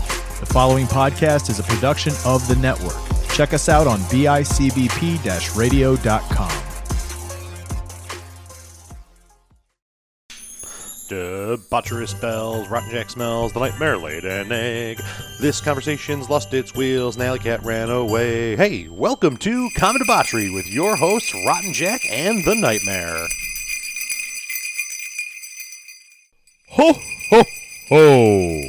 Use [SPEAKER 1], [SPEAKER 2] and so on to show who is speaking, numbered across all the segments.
[SPEAKER 1] following podcast is a production of the network. Check us out on bicbp radio.com.
[SPEAKER 2] Debauchery spells, rotten jack smells, the nightmare laid an egg. This conversation's lost its wheels, an alley cat ran away. Hey, welcome to Common Debauchery with your hosts, Rotten Jack and the Nightmare.
[SPEAKER 3] Ho, ho, ho!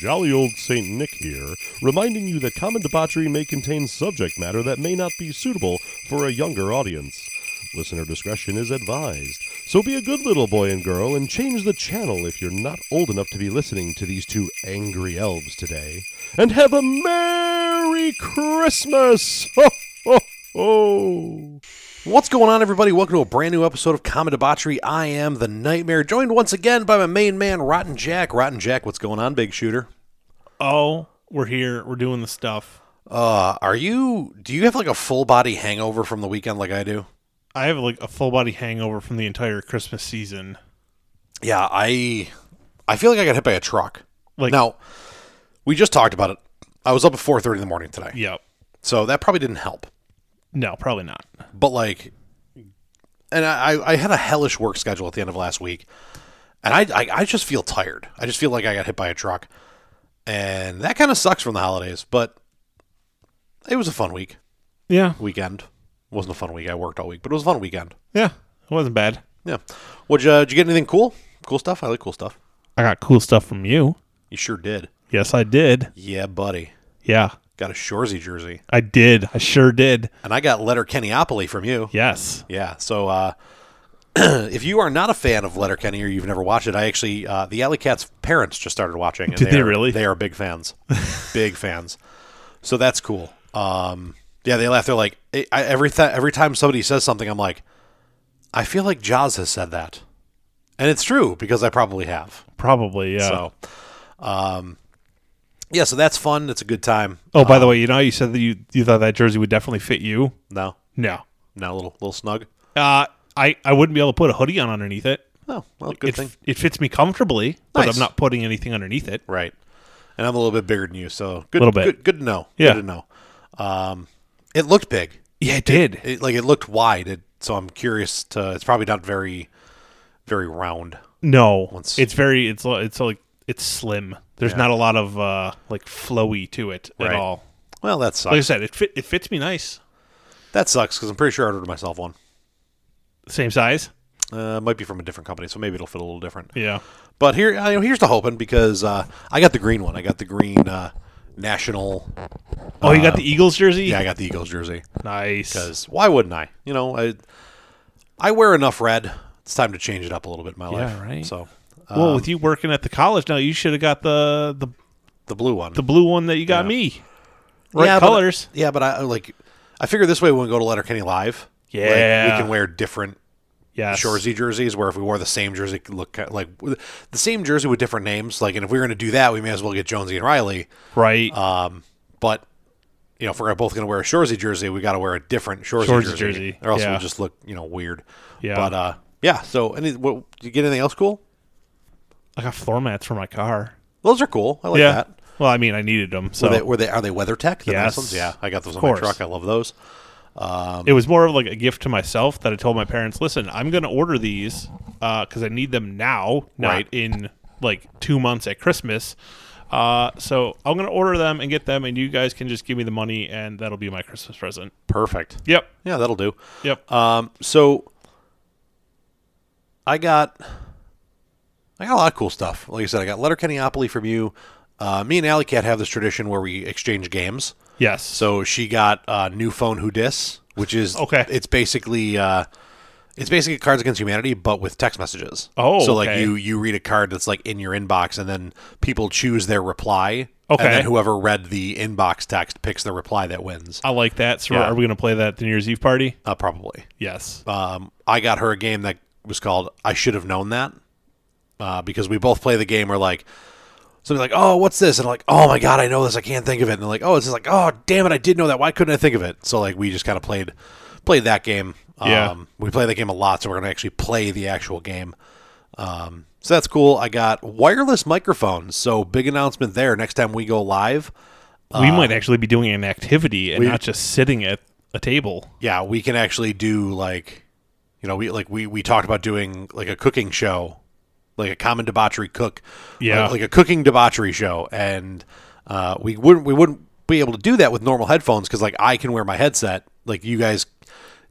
[SPEAKER 3] Jolly old St. Nick here, reminding you that common debauchery may contain subject matter that may not be suitable for a younger audience. Listener discretion is advised, so be a good little boy and girl and change the channel if you're not old enough to be listening to these two angry elves today. And have a Merry Christmas! Ho, ho, ho!
[SPEAKER 2] What's going on, everybody? Welcome to a brand new episode of Common Debauchery. I am the Nightmare, joined once again by my main man, Rotten Jack. Rotten Jack, what's going on, Big Shooter?
[SPEAKER 4] oh, we're here, we're doing the stuff.
[SPEAKER 2] Uh, are you? Do you have like a full body hangover from the weekend, like I do?
[SPEAKER 4] I have like a full body hangover from the entire Christmas season.
[SPEAKER 2] Yeah, I I feel like I got hit by a truck.
[SPEAKER 4] Like-
[SPEAKER 2] now, we just talked about it. I was up at four thirty in the morning today,
[SPEAKER 4] Yep.
[SPEAKER 2] so that probably didn't help.
[SPEAKER 4] No, probably not.
[SPEAKER 2] But like, and I I- I had a hellish work schedule at the end of last week, and I I, I just feel tired. I just feel like I got hit by a truck, and that kind of sucks from the holidays. But it was a fun week
[SPEAKER 4] Yeah.
[SPEAKER 2] weekend. wasn't a fun week. I worked all week, but it was a fun weekend.
[SPEAKER 4] Yeah. It wasn't bad.
[SPEAKER 2] Yeah. Would you, uh, did you get anything cool? Cool stuff. I like cool stuff.
[SPEAKER 4] I got cool stuff from you.
[SPEAKER 2] You sure did.
[SPEAKER 4] Yes, I did.
[SPEAKER 2] Yeah, buddy.
[SPEAKER 4] Yeah.
[SPEAKER 2] Got a Shorzy jersey,
[SPEAKER 4] I did. I sure did.
[SPEAKER 2] and I got Letter Kennyopoly from you.
[SPEAKER 4] Yes.
[SPEAKER 2] Yeah. So uh, if you are not a fan of Letter Kenny or you've never watched it, I actually uh, the Alley Cat's parents just started watching. And
[SPEAKER 4] Did they
[SPEAKER 2] are,
[SPEAKER 4] really?
[SPEAKER 2] They are big fans, big fans. So that's cool. Um, yeah, they laugh. They're like eh, I, I- every th- every time somebody says something, I'm like, I feel like Jaws has said that, and it's true because I probably have.
[SPEAKER 4] Probably. Yeah.
[SPEAKER 2] So, um, yeah. So that's fun. It's a good time.
[SPEAKER 4] oh, by the way, you know how you said that you you thought that jersey would definitely fit you?
[SPEAKER 2] No,
[SPEAKER 4] No.
[SPEAKER 2] no, a little little snug.
[SPEAKER 4] Uh I I wouldn't be able to put a hoodie on underneath it.
[SPEAKER 2] Oh, well, good
[SPEAKER 4] it,
[SPEAKER 2] thing.
[SPEAKER 4] f- it fits me comfortably, but
[SPEAKER 2] Nice.
[SPEAKER 4] I'm not putting anything underneath it.
[SPEAKER 2] Right. And I'm a little bit bigger than you, so good.
[SPEAKER 4] Little bit.
[SPEAKER 2] Good, good to know.
[SPEAKER 4] Yeah.
[SPEAKER 2] Good to know. Um, it looked big.
[SPEAKER 4] Yeah, it did.
[SPEAKER 2] It, like it looked wide. It, so I'm curious to. It's probably not very, very round.
[SPEAKER 4] No,
[SPEAKER 2] Once-
[SPEAKER 4] it's very it's li- it's like it's slim. There's not a lot of uh like flowy to it at
[SPEAKER 2] Right.
[SPEAKER 4] all.
[SPEAKER 2] Well, that sucks.
[SPEAKER 4] Like I said, it fit it fits me nice.
[SPEAKER 2] that sucks because I'm pretty sure I ordered myself one.
[SPEAKER 4] Same size.
[SPEAKER 2] Uh, it might be from a different company, so maybe it'll fit a little different.
[SPEAKER 4] Yeah.
[SPEAKER 2] But here, I, here's the hoping because uh, I got the green one. I got the green uh, national.
[SPEAKER 4] Oh, you got the Eagles jersey.
[SPEAKER 2] Yeah, I got the Eagles jersey.
[SPEAKER 4] nice.
[SPEAKER 2] Because why wouldn't I? You know, I I wear enough red. It's time to change it up a little bit in my
[SPEAKER 4] Yeah,
[SPEAKER 2] life.
[SPEAKER 4] right.
[SPEAKER 2] So uh,
[SPEAKER 4] well,
[SPEAKER 2] um,
[SPEAKER 4] with you working at the college now, you should have got the the
[SPEAKER 2] the blue one.
[SPEAKER 4] the blue one that you got
[SPEAKER 2] Yeah.
[SPEAKER 4] me. Right
[SPEAKER 2] yeah,
[SPEAKER 4] colors.
[SPEAKER 2] But, yeah, but I like. I figure this way when we go to Letterkenny live. like,
[SPEAKER 4] Yeah.
[SPEAKER 2] we can wear different
[SPEAKER 4] Yes.
[SPEAKER 2] Shorzy jerseys. Where if we wore the same jersey, it could look ki- like the same jersey with different names. Like, and if we were going to do that, we may as well get Jonesy and Riley.
[SPEAKER 4] Right.
[SPEAKER 2] Um, but you know, if we're both going to wear a Shorzy jersey, we got to wear a different Shorzy,
[SPEAKER 4] Shorzy
[SPEAKER 2] jersey,
[SPEAKER 4] jersey,
[SPEAKER 2] or else
[SPEAKER 4] yeah.
[SPEAKER 2] we'll just look you know weird.
[SPEAKER 4] Yeah.
[SPEAKER 2] But uh, yeah. So, any what, do you get anything else cool?
[SPEAKER 4] I got floor mats for my car.
[SPEAKER 2] Those are cool. I like
[SPEAKER 4] yeah.
[SPEAKER 2] that.
[SPEAKER 4] Well, I mean, I needed them, so
[SPEAKER 2] Were they, were they are they WeatherTech? The nice
[SPEAKER 4] Yes.
[SPEAKER 2] ones? Yeah, I got those
[SPEAKER 4] Of
[SPEAKER 2] on my
[SPEAKER 4] course.
[SPEAKER 2] truck. I love those.
[SPEAKER 4] it was more of like a gift to myself that I told my parents, listen, I'm going to order these because I need them now, not
[SPEAKER 2] Right.
[SPEAKER 4] in like two months at Christmas. Uh, so I'm going to order them and get them, and you guys can just give me the money, and that'll be my Christmas present.
[SPEAKER 2] Perfect.
[SPEAKER 4] Yep.
[SPEAKER 2] Yeah, that'll do.
[SPEAKER 4] Yep.
[SPEAKER 2] Um, so I got I got a lot of cool stuff. Like I said, I got Letter Kennyopoly from you. Uh, me and Alley Cat have this tradition where we exchange games.
[SPEAKER 4] yes.
[SPEAKER 2] So she got uh, New Phone Who Dis, which is
[SPEAKER 4] Okay.
[SPEAKER 2] It's basically uh, it's basically Cards Against Humanity, but with text messages.
[SPEAKER 4] Oh,
[SPEAKER 2] so like
[SPEAKER 4] okay.
[SPEAKER 2] you you read a card that's like in your inbox, and then people choose their reply.
[SPEAKER 4] Okay.
[SPEAKER 2] and then whoever read the inbox text picks the reply that wins.
[SPEAKER 4] I like that. So
[SPEAKER 2] Yeah.
[SPEAKER 4] are we going to play that at the New Year's Eve party?
[SPEAKER 2] Uh, probably.
[SPEAKER 4] Yes.
[SPEAKER 2] um, I got her a game that was called "I Should Have Known That," uh, because we both play the game. We're like, something like, "Oh, what's this?" And I'm like, "Oh my god, I know this. I can't think of it." And they're like, "Oh, it's just like, oh, damn it, I did know that. Why couldn't I think of it?" So like, we just kind of played played that game.
[SPEAKER 4] Yeah.
[SPEAKER 2] Um, we play that game a lot, so we're gonna actually play the actual game. Um, so that's cool. I got wireless microphones. So big announcement there. Next time we go live,
[SPEAKER 4] we might actually be doing an activity and
[SPEAKER 2] uh, we-
[SPEAKER 4] not just sitting at a table.
[SPEAKER 2] yeah, we can actually do like, you know, we like we we talked about doing like a cooking show, like a common debauchery cook,
[SPEAKER 4] Yeah.
[SPEAKER 2] like, like a cooking debauchery show, and uh, we wouldn't we wouldn't be able to do that with normal headphones because like I can wear my headset, like you guys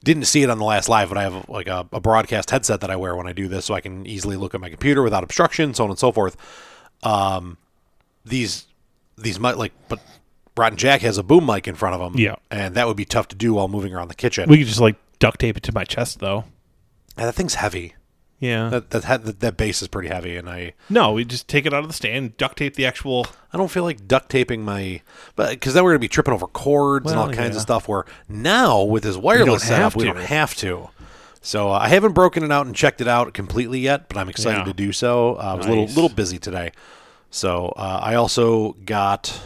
[SPEAKER 2] didn't see it on the last live, but I have like a, a broadcast headset that I wear when I do this, so I can easily look at my computer without obstruction, so on and so forth. Um, these these might like, but Rotten Jack has a boom mic in front of him,
[SPEAKER 4] Yeah.
[SPEAKER 2] and that would be tough to do while moving around the kitchen.
[SPEAKER 4] We could just like duct tape it to my chest, though.
[SPEAKER 2] And that thing's heavy.
[SPEAKER 4] Yeah.
[SPEAKER 2] That that ha- that, that bass is pretty heavy, and I
[SPEAKER 4] no, we just take it out of the stand, duct tape the actual.
[SPEAKER 2] I don't feel like duct taping my, but because then we're gonna be tripping over cords and
[SPEAKER 4] Well,
[SPEAKER 2] all kinds
[SPEAKER 4] yeah.
[SPEAKER 2] of stuff. Where now with this wireless
[SPEAKER 4] have
[SPEAKER 2] setup, we
[SPEAKER 4] to.
[SPEAKER 2] don't have to. So uh, I haven't broken it out and checked it out completely yet, but I'm excited
[SPEAKER 4] Yeah.
[SPEAKER 2] to do so. Uh, I was a little
[SPEAKER 4] Nice.
[SPEAKER 2] little busy today, so uh, I also got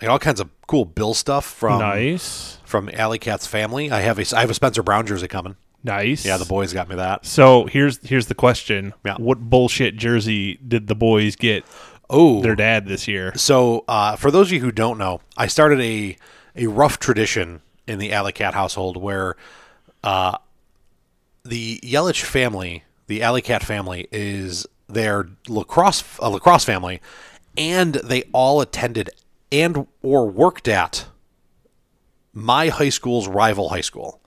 [SPEAKER 2] I got all kinds of cool bill stuff
[SPEAKER 4] um,
[SPEAKER 2] from
[SPEAKER 4] nice.
[SPEAKER 2] from Alley Cat's family. I have a I have a Spencer Brown jersey coming.
[SPEAKER 4] Nice.
[SPEAKER 2] Yeah, the boys got me that.
[SPEAKER 4] So here's here's the question.
[SPEAKER 2] Yeah.
[SPEAKER 4] What bullshit jersey did the boys get
[SPEAKER 2] Oh,
[SPEAKER 4] their dad this year?
[SPEAKER 2] So, uh, for those of you who don't know, I started a a rough tradition in the Alley Cat household where uh, the Yelich family, the Alley Cat family, is their lacrosse a lacrosse family, and they all attended and or worked at my high school's rival high school.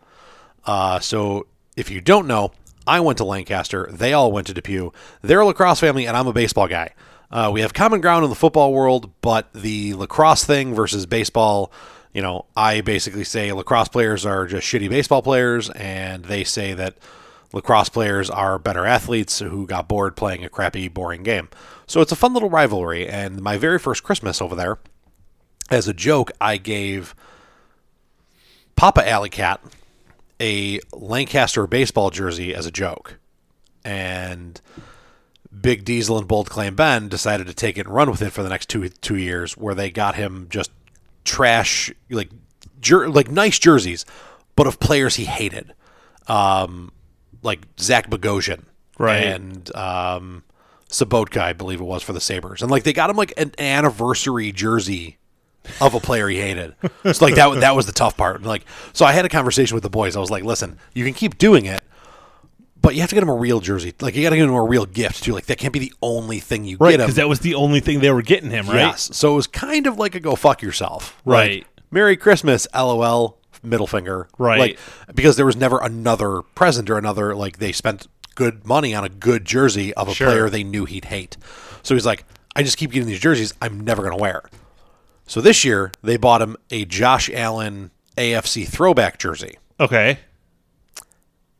[SPEAKER 2] Uh, so, if you don't know, I went to Lancaster. They all went to Depew. They're a lacrosse family, and I'm a baseball guy. Uh, we have common ground in the football world, but the lacrosse thing versus baseball, you know, I basically say lacrosse players are just shitty baseball players, and they say that lacrosse players are better athletes who got bored playing a crappy, boring game. So it's a fun little rivalry. And my very first Christmas over there, as a joke, I gave Papa Alley Cat a Lancaster baseball jersey as a joke. And Big Diesel and Bold Claim Ben decided to take it and run with it for the next two two years, where they got him just trash like jer- like nice jerseys, but of players he hated, um, like Zach Bogosian,
[SPEAKER 4] Right.
[SPEAKER 2] and um, Sabotka, I believe it was for the Sabers, and like they got him like an anniversary jersey of a player he hated. so like that that was the tough part. And, like so, I had a conversation with the boys. I was like, listen, you can keep doing it. But you have to get him a real jersey. Like you got to get him a real gift too. Like that can't be the only thing you
[SPEAKER 4] Right,
[SPEAKER 2] get him.
[SPEAKER 4] because that was the only thing they were getting him, right?
[SPEAKER 2] Yes. So it was kind of like a go fuck yourself. Like,
[SPEAKER 4] Right.
[SPEAKER 2] Merry Christmas, LOL, middle finger.
[SPEAKER 4] Right.
[SPEAKER 2] Like because there was never another present or another like they spent good money on a good jersey of a
[SPEAKER 4] Sure.
[SPEAKER 2] player they knew he'd hate. So he's like, I just keep getting these jerseys I'm never gonna wear. So this year they bought him a Josh Allen AFC throwback jersey.
[SPEAKER 4] Okay.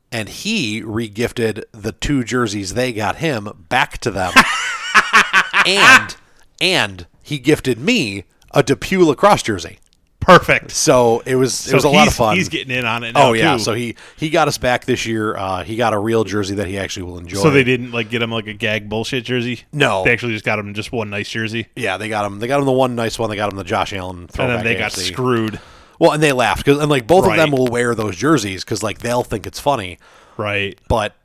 [SPEAKER 2] And he regifted the two jerseys they got him back to them. and and he gifted me a Depew lacrosse jersey.
[SPEAKER 4] Perfect.
[SPEAKER 2] So it was it was a lot of
[SPEAKER 4] he's-
[SPEAKER 2] fun.
[SPEAKER 4] He's getting in on it. Now
[SPEAKER 2] oh yeah,
[SPEAKER 4] too.
[SPEAKER 2] so he he got us back this year. Uh, he got a real jersey that he actually will enjoy.
[SPEAKER 4] So they didn't like get him like a gag bullshit jersey.
[SPEAKER 2] No.
[SPEAKER 4] they actually just got him just one nice jersey,
[SPEAKER 2] Yeah, they got him. They got him the one nice one. They got him the Josh Allen
[SPEAKER 4] and
[SPEAKER 2] throwback.
[SPEAKER 4] then they got
[SPEAKER 2] AFC.
[SPEAKER 4] screwed.
[SPEAKER 2] Well, and they laughed because and like both of them
[SPEAKER 4] Right.
[SPEAKER 2] will wear those jerseys because like they'll think it's funny,
[SPEAKER 4] Right.
[SPEAKER 2] but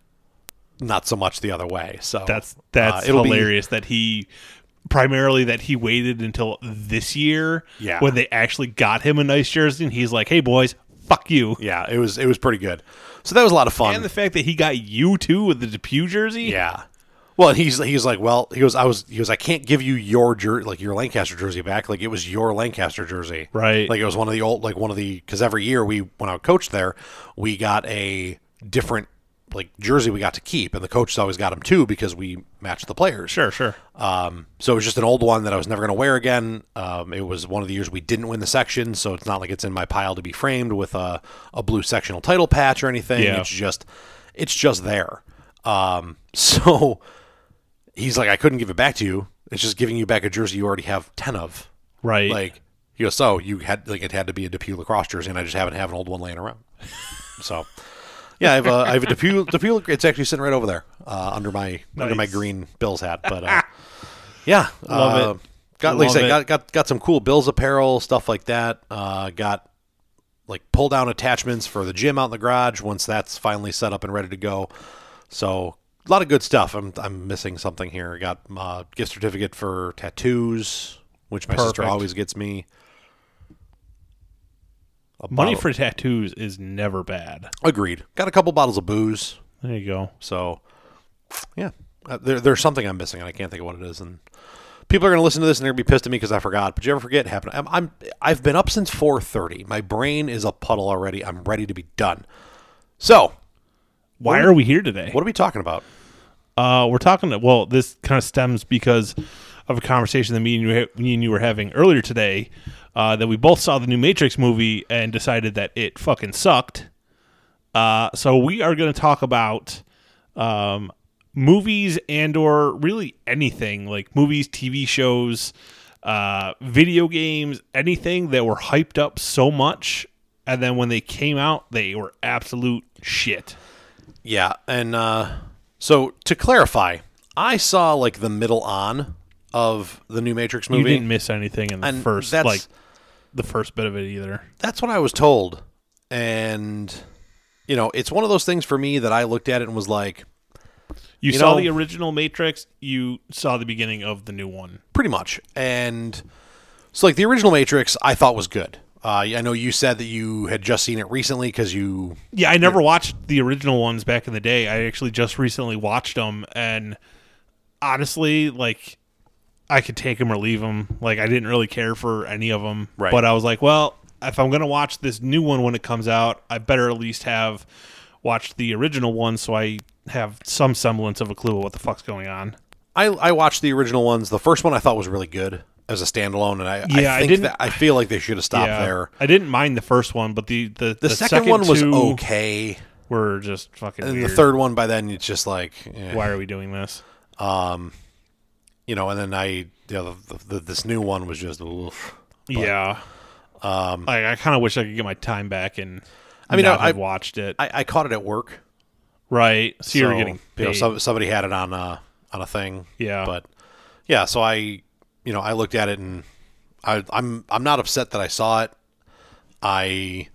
[SPEAKER 2] not so much the other way. So
[SPEAKER 4] That's
[SPEAKER 2] uh,
[SPEAKER 4] that's
[SPEAKER 2] it'll be-
[SPEAKER 4] hilarious that he primarily that he waited until this year
[SPEAKER 2] Yeah.
[SPEAKER 4] when they actually got him a nice jersey and he's like, "Hey boys, fuck you."
[SPEAKER 2] Yeah, it was it was pretty good. So that was a lot of fun.
[SPEAKER 4] And the fact that he got you too with the Depew jersey.
[SPEAKER 2] yeah. Well, he's he's like, well, he goes, I was, he goes, I can't give you your jer- like your Lancaster jersey back. Like it was your Lancaster jersey,
[SPEAKER 4] Right.
[SPEAKER 2] Like it was one of the old, like one of the because every year we when I coached there, we got a different like jersey we got to keep, and the coaches always got them too because we matched the players.
[SPEAKER 4] Sure, sure.
[SPEAKER 2] Um, so it was just an old one that I was never going to wear again. Um, it was one of the years we didn't win the section, so it's not like it's in my pile to be framed with a, a blue sectional title patch or anything.
[SPEAKER 4] Yeah.
[SPEAKER 2] It's just it's just there. Um, so he's like, I couldn't give it back to you. It's just giving you back a jersey you already have ten of.
[SPEAKER 4] Right.
[SPEAKER 2] Like he goes, so you had like it had to be a Depew lacrosse jersey, and I just haven't have an old one laying around. So. Yeah, I have a, I have a Depew, Depew. It's actually sitting right over there uh, under my under my
[SPEAKER 4] Nice.
[SPEAKER 2] green Bills hat. But uh, yeah,
[SPEAKER 4] Love
[SPEAKER 2] uh,
[SPEAKER 4] it.
[SPEAKER 2] Got like I
[SPEAKER 4] Love
[SPEAKER 2] said,
[SPEAKER 4] it.
[SPEAKER 2] got, got got some cool Bills apparel stuff like that. Uh, got like pull down attachments for the gym out in the garage once that's finally set up and ready to go. So a lot of good stuff. I'm I'm missing something here. I got uh, gift certificate for tattoos, which my sister
[SPEAKER 4] Perfect.
[SPEAKER 2] always gets me. A
[SPEAKER 4] Money
[SPEAKER 2] bottle-
[SPEAKER 4] for tattoos is never bad.
[SPEAKER 2] agreed. Got a couple bottles of booze.
[SPEAKER 4] There you go.
[SPEAKER 2] So, yeah, uh, there, there's something I'm missing, and I can't think of what it is. And people are going to listen to this, and they're going to be pissed at me because I forgot. But you ever forget? It happened. I'm, I'm I've been up since 4:30. My brain is a puddle already. I'm ready to be done. So,
[SPEAKER 4] Why are we here today?
[SPEAKER 2] what are we talking about?
[SPEAKER 4] Uh, we're talking. To, well, this kind of stems because of a conversation that me and you, ha- me and you were having earlier today. Uh, that we both saw the new Matrix movie and decided that it fucking sucked. Uh, so we are going to talk about um, movies and or really anything like movies, TV shows, uh, video games, anything that were hyped up so much, and then when they came out, they were absolute shit.
[SPEAKER 2] Yeah, and uh, so to clarify, I saw like the middle on of the new Matrix movie.
[SPEAKER 4] You didn't miss anything in the
[SPEAKER 2] And
[SPEAKER 4] first
[SPEAKER 2] that's-
[SPEAKER 4] like the first bit of it either.
[SPEAKER 2] That's what I was told. And you know, it's one of those things for me that I looked at it and was like, You
[SPEAKER 4] You, saw
[SPEAKER 2] know-
[SPEAKER 4] the original Matrix, you saw the beginning of the new one.
[SPEAKER 2] pretty much. And so, like the original Matrix, I thought was good. Uh, I know you said that you had just seen it recently because you
[SPEAKER 4] Yeah, I never watched the original ones back in the day. I actually just recently watched them and honestly like I could take them or leave them. Like I didn't really care for any of them,
[SPEAKER 2] Right.
[SPEAKER 4] but I was like, well, if I'm going to watch this new one when it comes out, I better at least have watched the original one so I have some semblance of a clue of what the fuck's going on.
[SPEAKER 2] I, I watched the original ones. The first one I thought was really good as a standalone, and I
[SPEAKER 4] Yeah,
[SPEAKER 2] I,
[SPEAKER 4] I
[SPEAKER 2] think
[SPEAKER 4] didn't-
[SPEAKER 2] that, I feel like they should have stopped there.
[SPEAKER 4] I didn't mind the first one, but the the,
[SPEAKER 2] The, second, one was
[SPEAKER 4] two
[SPEAKER 2] okay,
[SPEAKER 4] Were just fucking.
[SPEAKER 2] and
[SPEAKER 4] weird.
[SPEAKER 2] the third one by then it's just like eh.
[SPEAKER 4] Why are we doing this?
[SPEAKER 2] you know, and then I, you know, the, the, this new one was just, oof.
[SPEAKER 4] yeah. Um, I, I kind of wish I could get my time back and. I
[SPEAKER 2] mean,
[SPEAKER 4] mean,
[SPEAKER 2] I-
[SPEAKER 4] I
[SPEAKER 2] I-
[SPEAKER 4] watched it.
[SPEAKER 2] I, I caught it at work.
[SPEAKER 4] right, so, you're
[SPEAKER 2] so,
[SPEAKER 4] getting
[SPEAKER 2] you know,
[SPEAKER 4] paid.
[SPEAKER 2] some, somebody had it on a on a thing.
[SPEAKER 4] Yeah.
[SPEAKER 2] but yeah, so I, you know, I looked at it and I, I'm I'm not upset that I saw it. I,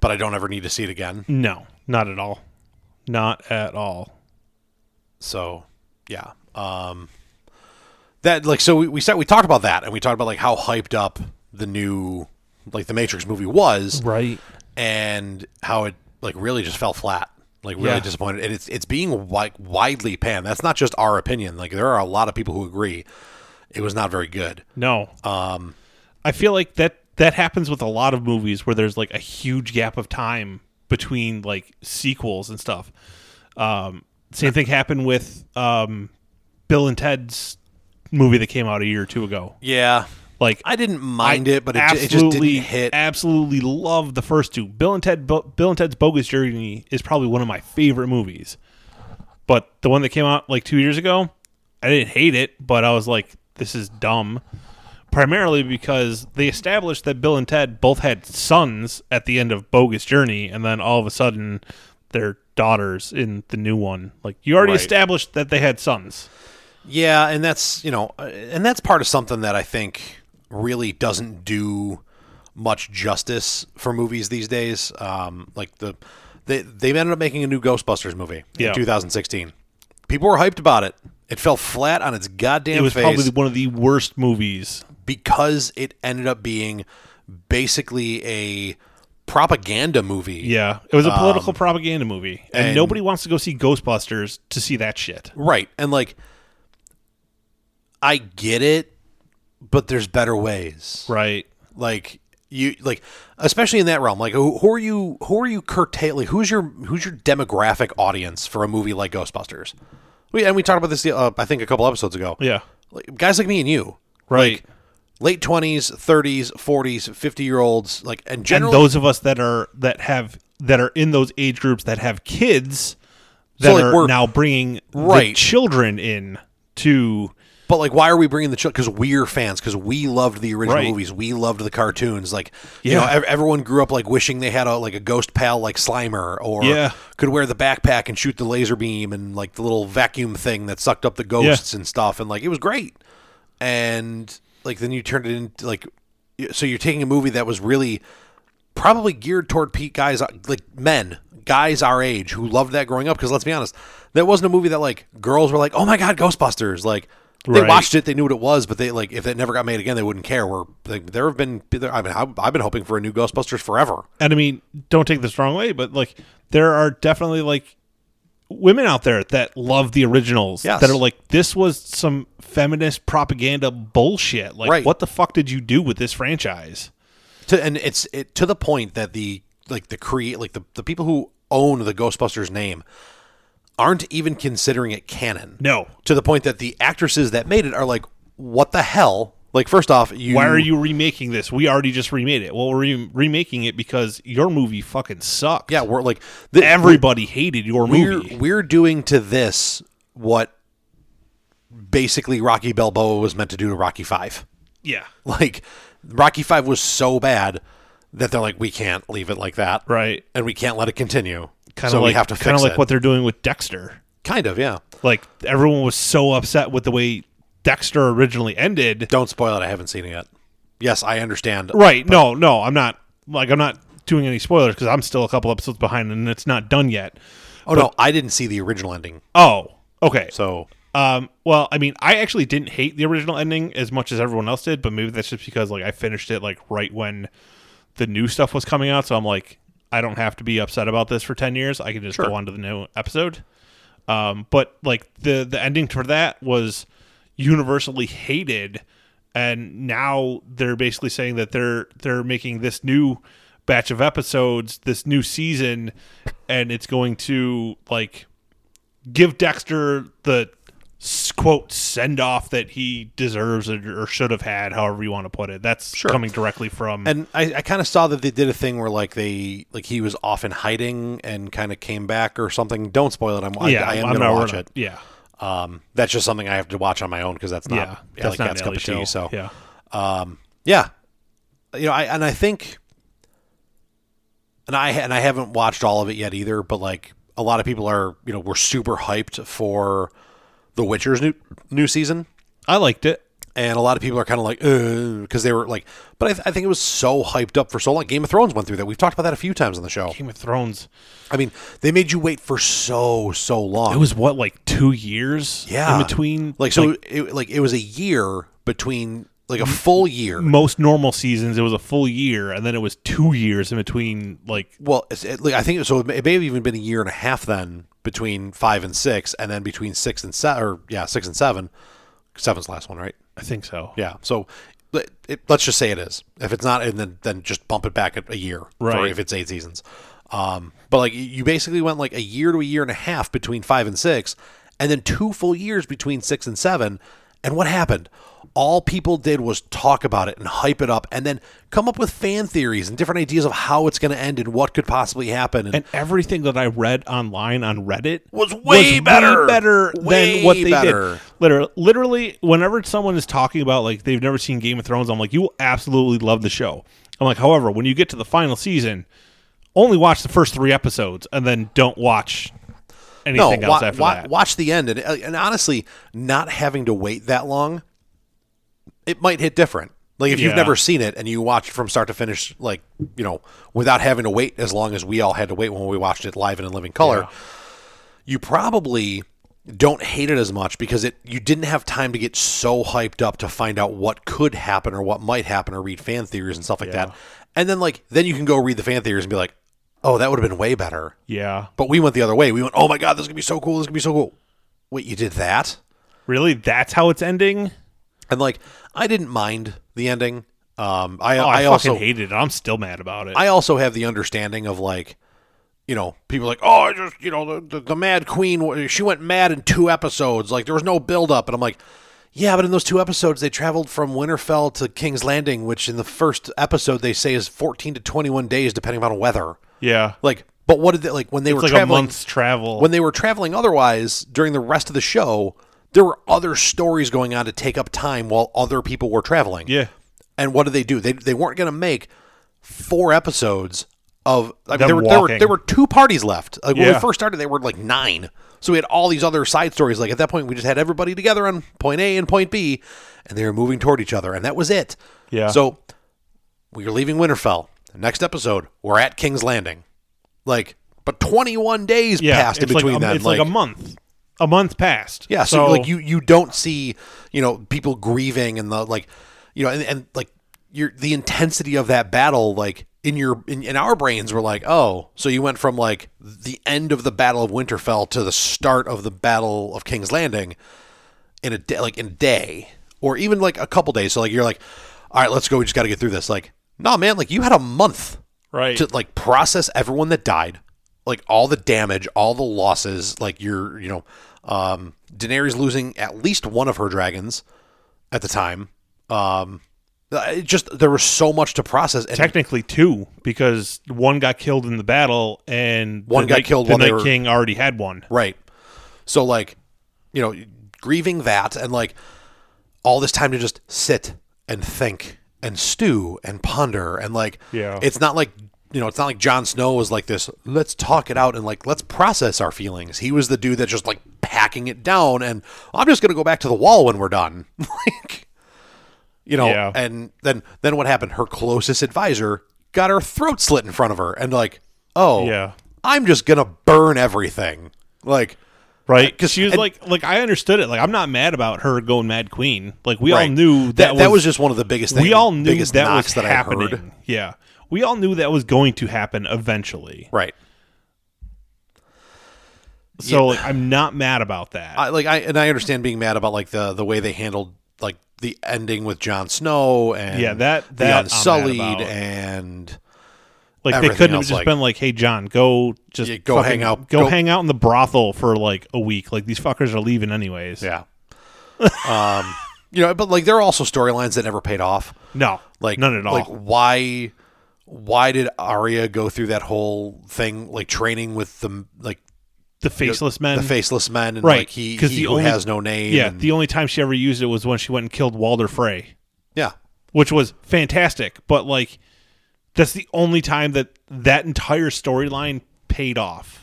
[SPEAKER 2] but I don't ever need to see it again.
[SPEAKER 4] no, not at all, not at all.
[SPEAKER 2] So yeah, um, that like so we, we said we talked about that and we talked about like how hyped up the new like the Matrix movie was.
[SPEAKER 4] Right.
[SPEAKER 2] and how it like really just fell flat. Like really
[SPEAKER 4] Yeah.
[SPEAKER 2] disappointed, and it's it's being like widely panned. That's not just our opinion. Like there are a lot of people who agree it was not very good.
[SPEAKER 4] No. Um, I feel like that that happens with a lot of movies where there's like a huge gap of time between like sequels and stuff. Um, same thing happened with um, Bill and Ted's movie that came out a year or two ago.
[SPEAKER 2] Yeah,
[SPEAKER 4] Like
[SPEAKER 2] I didn't mind it, but it, ju- it just didn't
[SPEAKER 4] absolutely-
[SPEAKER 2] hit.
[SPEAKER 4] Absolutely love the first two. Bill and Ted, Bo- Bill and Ted's Bogus Journey is probably one of my favorite movies. But the one that came out like two years ago, I didn't hate it, but I was like, this is dumb. Primarily because they established that Bill and Ted both had sons at the end of Bogus Journey, and then all of a sudden, they're daughters in the new one. Like you already
[SPEAKER 2] Right.
[SPEAKER 4] established that they had sons.
[SPEAKER 2] Yeah, and that's you know, uh, and that's part of something that I think really doesn't do much justice for movies these days. Um, like the they they ended up making a new Ghostbusters movie
[SPEAKER 4] Yeah.
[SPEAKER 2] in 2016. People were hyped about it. It fell flat on its goddamn
[SPEAKER 4] It was
[SPEAKER 2] face.
[SPEAKER 4] probably one of the worst movies
[SPEAKER 2] because it ended up being basically a propaganda movie.
[SPEAKER 4] Yeah, it was a political propaganda movie, and,
[SPEAKER 2] Um, and-
[SPEAKER 4] nobody wants to go see Ghostbusters to see that shit.
[SPEAKER 2] Right. And like I get it, but there's better ways.
[SPEAKER 4] Right.
[SPEAKER 2] Like you like especially in that realm, like who, who are you who are you curtail like who's your who's your demographic audience for a movie like Ghostbusters? We and we talked about this uh, I think a couple episodes ago.
[SPEAKER 4] Yeah.
[SPEAKER 2] Like, guys like me and you.
[SPEAKER 4] Right.
[SPEAKER 2] Late 20s, 30s, 40s, 50-year-olds like and
[SPEAKER 4] and
[SPEAKER 2] generally
[SPEAKER 4] those of us that are that have that are in those age groups that have kids that
[SPEAKER 2] like, we're-
[SPEAKER 4] are now bringing the
[SPEAKER 2] Right.
[SPEAKER 4] children in to
[SPEAKER 2] But like, why are we bringing the children? Because we're fans. Because we loved the original
[SPEAKER 4] Right.
[SPEAKER 2] movies. We loved the cartoons. Like, you know,
[SPEAKER 4] Yeah.
[SPEAKER 2] ev- everyone grew up like wishing they had a like a ghost pal like Slimer, or
[SPEAKER 4] Yeah.
[SPEAKER 2] could wear the backpack and shoot the laser beam and like the little vacuum thing that sucked up the ghosts and stuff. And like, it was great. And like, then you turned it into like, y- so you're taking a movie that was really probably geared toward Pete guys like men, guys our age who loved that growing up. Because let's be honest, that wasn't a movie that like girls were like, "Oh my god, Ghostbusters!" Like they
[SPEAKER 4] Right.
[SPEAKER 2] watched it, they knew what it was, but they like if it never got made again, they wouldn't care. Where like there have been, I mean, I've- I've been hoping for a new Ghostbusters forever.
[SPEAKER 4] and I mean, don't take this the wrong way, but like there are definitely like women out there that love the originals
[SPEAKER 2] Yes.
[SPEAKER 4] that are like this was some feminist propaganda bullshit. Like
[SPEAKER 2] Right.
[SPEAKER 4] what the fuck did you do with this franchise?
[SPEAKER 2] to and it's it to the point that the like the create like the, the people who own the ghostbusters name aren't even considering it canon
[SPEAKER 4] No.
[SPEAKER 2] to the point that the actresses that made it are like what the hell like first off you
[SPEAKER 4] Why are you remaking this? We already just remade it. Well, we're re- remaking it because your movie fucking sucked.
[SPEAKER 2] yeah we're like the,
[SPEAKER 4] Everybody hated your
[SPEAKER 2] we're
[SPEAKER 4] movie.
[SPEAKER 2] we're doing to this what basically rocky balboa was meant to do to rocky 5
[SPEAKER 4] Yeah.
[SPEAKER 2] like rocky 5 was so bad that they're like we can't leave it like that
[SPEAKER 4] Right.
[SPEAKER 2] and we can't let it continue
[SPEAKER 4] Kind of
[SPEAKER 2] so
[SPEAKER 4] like
[SPEAKER 2] we have to
[SPEAKER 4] kind
[SPEAKER 2] fix
[SPEAKER 4] of like
[SPEAKER 2] it
[SPEAKER 4] what they're doing with Dexter.
[SPEAKER 2] kind of yeah
[SPEAKER 4] Like everyone was so upset with the way Dexter originally ended
[SPEAKER 2] Don't spoil it. I haven't seen it yet. Yes, I understand.
[SPEAKER 4] Right. No, no, I'm not like I'm not doing any spoilers because I'm still a couple episodes behind and it's not done yet.
[SPEAKER 2] Oh no, I didn't see the original ending.
[SPEAKER 4] Oh, okay.
[SPEAKER 2] So
[SPEAKER 4] Um, well, I mean, I actually didn't hate the original ending as much as everyone else did, but maybe that's just because like I finished it like right when the new stuff was coming out, so I'm like, I don't have to be upset about this for ten years. I can just go on to the new episode. Um, but like the the ending for that was universally hated, and now they're basically saying that they're they're making this new batch of episodes, this new season, and it's going to like give Dexter the s- quote send off that he deserves or, or should have had, however you want to put it. That's coming directly from
[SPEAKER 2] and I, I kind of saw that they did a thing where like they like he was off in hiding and kind of came back or something. Don't spoil it. I'm I, I am
[SPEAKER 4] I'm
[SPEAKER 2] gonna
[SPEAKER 4] not- we're
[SPEAKER 2] watch
[SPEAKER 4] not-
[SPEAKER 2] it.
[SPEAKER 4] Yeah,
[SPEAKER 2] Um, that's just something I have to watch on my own because that's not
[SPEAKER 4] yeah,
[SPEAKER 2] that's like that's
[SPEAKER 4] an
[SPEAKER 2] cup
[SPEAKER 4] Ellie
[SPEAKER 2] of tea.
[SPEAKER 4] show.
[SPEAKER 2] So
[SPEAKER 4] yeah,
[SPEAKER 2] Yeah. You know, I and I think and I and I haven't watched all of it yet either, but like a lot of people are, you know, were super hyped for The Witcher's new new season
[SPEAKER 4] I liked it.
[SPEAKER 2] and a lot of people are kind of like because they were like but I, th- I think it was so hyped up for so long game of thrones went through that we've talked about that a few times on the show
[SPEAKER 4] Game of Thrones.
[SPEAKER 2] i mean they made you wait for so so long
[SPEAKER 4] It was what like two years.
[SPEAKER 2] yeah
[SPEAKER 4] in between
[SPEAKER 2] like so it, like it was a year between like a full year
[SPEAKER 4] most normal seasons. It was a full year, and then it was two years in between. Like
[SPEAKER 2] well it's, it, like, i think so it may, it may have even been a year and a half then between five and six and then between six and seven or yeah six and seven seven's the last one right
[SPEAKER 4] I think so.
[SPEAKER 2] yeah so let- it, let's just say it is if it's not and then then just bump it back a, a year for
[SPEAKER 4] Right.
[SPEAKER 2] if it's eight seasons um but like you basically went like a year to a year and a half between five and six and then two full years between six and seven and what happened all people did was talk about it and hype it up and then come up with fan theories and different ideas of how it's going to end and what could possibly happen and,
[SPEAKER 4] And everything that I read online on Reddit
[SPEAKER 2] Was way better.
[SPEAKER 4] better
[SPEAKER 2] Way
[SPEAKER 4] than what they
[SPEAKER 2] better.
[SPEAKER 4] did. Literally, literally, whenever someone is talking about like they've never seen Game of Thrones, I'm like, you will absolutely love the show. I'm like, however, when you get to the final season, only watch the first three episodes and then don't watch anything
[SPEAKER 2] wa-
[SPEAKER 4] else after
[SPEAKER 2] wa-
[SPEAKER 4] that.
[SPEAKER 2] Watch the end, and and honestly, not having to wait that long, it might hit different. Like if you've
[SPEAKER 4] Yeah.
[SPEAKER 2] never seen it and you watched from start to finish, like you know, without having to wait as long as we all had to wait when we watched it live and in living color, you probably don't hate it as much because it you didn't have time to get so hyped up to find out what could happen or what might happen or read fan theories and stuff like that. And then like then you can go read the fan theories and be like, oh, that would have been way better.
[SPEAKER 4] yeah,
[SPEAKER 2] But we went the other way. We went, oh my god, this is gonna be so cool. This is gonna be so cool. Wait, you did that?
[SPEAKER 4] really, that's how it's ending.
[SPEAKER 2] And like, I didn't mind the ending. Um, I,
[SPEAKER 4] Oh,
[SPEAKER 2] I,
[SPEAKER 4] I, fucking
[SPEAKER 2] also,
[SPEAKER 4] hated it. I'm still mad about it.
[SPEAKER 2] I also have the understanding of like, you know, people are like, oh, I just, you know, the, the, the Mad Queen, wa- she went mad in two episodes. Like, there was no build up, and I'm like. Yeah, but in those two episodes, they traveled from Winterfell to King's Landing, which in the first episode they say is 14 to 21 days, depending on weather.
[SPEAKER 4] yeah,
[SPEAKER 2] Like, but what did they like when they were
[SPEAKER 4] it's like a
[SPEAKER 2] traveling?
[SPEAKER 4] month's travel.
[SPEAKER 2] when they were traveling otherwise during the rest of the show there were other stories going on to take up time while other people were traveling
[SPEAKER 4] yeah,
[SPEAKER 2] and what did they do they, they weren't going to make four episodes of I mean,
[SPEAKER 4] Them
[SPEAKER 2] there, were, there were
[SPEAKER 4] walking.
[SPEAKER 2] there were two parties left like when we
[SPEAKER 4] Yeah.
[SPEAKER 2] first started they were like nine so we had all these other side stories like at that point we just had everybody together on point a and point b and they were moving toward each other and that was it
[SPEAKER 4] Yeah.
[SPEAKER 2] so we are leaving winterfell next episode we're at king's landing like But 21 days
[SPEAKER 4] Yeah,
[SPEAKER 2] passed in
[SPEAKER 4] it's like
[SPEAKER 2] between
[SPEAKER 4] a-
[SPEAKER 2] that.
[SPEAKER 4] It's like, a month, a month passed.
[SPEAKER 2] Yeah, so, like you you don't see you know people grieving and the like, you know, and, and like your the intensity of that battle like in your in, in our brains we're like oh so you went from like the end of the battle of Winterfell to the start of the battle of King's Landing in a day like in a day or even like a couple days so like you're like all right let's go we just got to get through this like nah man like you had a month
[SPEAKER 4] right.
[SPEAKER 2] to like process everyone that died, like all the damage, all the losses, like you're, you know, um, Daenerys losing at least one of her dragons at the time. Um, it just there was so much to process, and
[SPEAKER 4] Technically two, because one got killed in the battle, and
[SPEAKER 2] One
[SPEAKER 4] the
[SPEAKER 2] got
[SPEAKER 4] Night-
[SPEAKER 2] killed
[SPEAKER 4] The
[SPEAKER 2] while they
[SPEAKER 4] Night
[SPEAKER 2] were-
[SPEAKER 4] King already had one.
[SPEAKER 2] Right. So like, you know, grieving that and like all this time to just sit and think and stew and ponder and like
[SPEAKER 4] Yeah.
[SPEAKER 2] it's not like you know, it's not like Jon Snow was like this, let's talk it out and like let's process our feelings. He was the dude that just like packing it down and I'm just gonna go back to the wall when we're done. like you know,
[SPEAKER 4] Yeah.
[SPEAKER 2] and then then what happened? Her closest advisor got her throat slit in front of her and like, oh
[SPEAKER 4] Yeah.
[SPEAKER 2] I'm just gonna burn everything. Like
[SPEAKER 4] Right,
[SPEAKER 2] 'Cause-
[SPEAKER 4] because she was
[SPEAKER 2] and-
[SPEAKER 4] like, like I understood it. Like I'm not mad about her going mad queen. Like we all
[SPEAKER 2] Right.
[SPEAKER 4] knew that
[SPEAKER 2] that was just one of the biggest things.
[SPEAKER 4] we all knew
[SPEAKER 2] biggest
[SPEAKER 4] that
[SPEAKER 2] knocks
[SPEAKER 4] was
[SPEAKER 2] that
[SPEAKER 4] happening.
[SPEAKER 2] I heard.
[SPEAKER 4] Yeah, we all knew that was going to happen eventually.
[SPEAKER 2] Right.
[SPEAKER 4] So like, I'm not mad about that.
[SPEAKER 2] I like I and I understand being mad about like the the way they handled like the ending with Jon Snow and
[SPEAKER 4] Yeah, that-
[SPEAKER 2] the
[SPEAKER 4] that I'm mad
[SPEAKER 2] Unsullied
[SPEAKER 4] about.
[SPEAKER 2] and
[SPEAKER 4] like they
[SPEAKER 2] everything
[SPEAKER 4] couldn't have
[SPEAKER 2] else,
[SPEAKER 4] just
[SPEAKER 2] like-
[SPEAKER 4] been like, "Hey, John, go just
[SPEAKER 2] Yeah, go hang out-
[SPEAKER 4] go,
[SPEAKER 2] go-
[SPEAKER 4] hang out in the brothel for like a week. Like these fuckers are leaving anyways."
[SPEAKER 2] yeah. um, you know, but like there are also storylines that never paid off.
[SPEAKER 4] no,
[SPEAKER 2] Like
[SPEAKER 4] none at all.
[SPEAKER 2] Like why why did Arya go through that whole thing like training with the like
[SPEAKER 4] the faceless men,
[SPEAKER 2] the faceless men and
[SPEAKER 4] Right,
[SPEAKER 2] like he,
[SPEAKER 4] 'cause
[SPEAKER 2] he
[SPEAKER 4] the
[SPEAKER 2] who
[SPEAKER 4] only-
[SPEAKER 2] has no name
[SPEAKER 4] yeah.
[SPEAKER 2] and-
[SPEAKER 4] The only time she ever used it was when she went and killed Walder Frey,
[SPEAKER 2] yeah
[SPEAKER 4] which was fantastic. But like, that's the only time that that entire storyline paid off.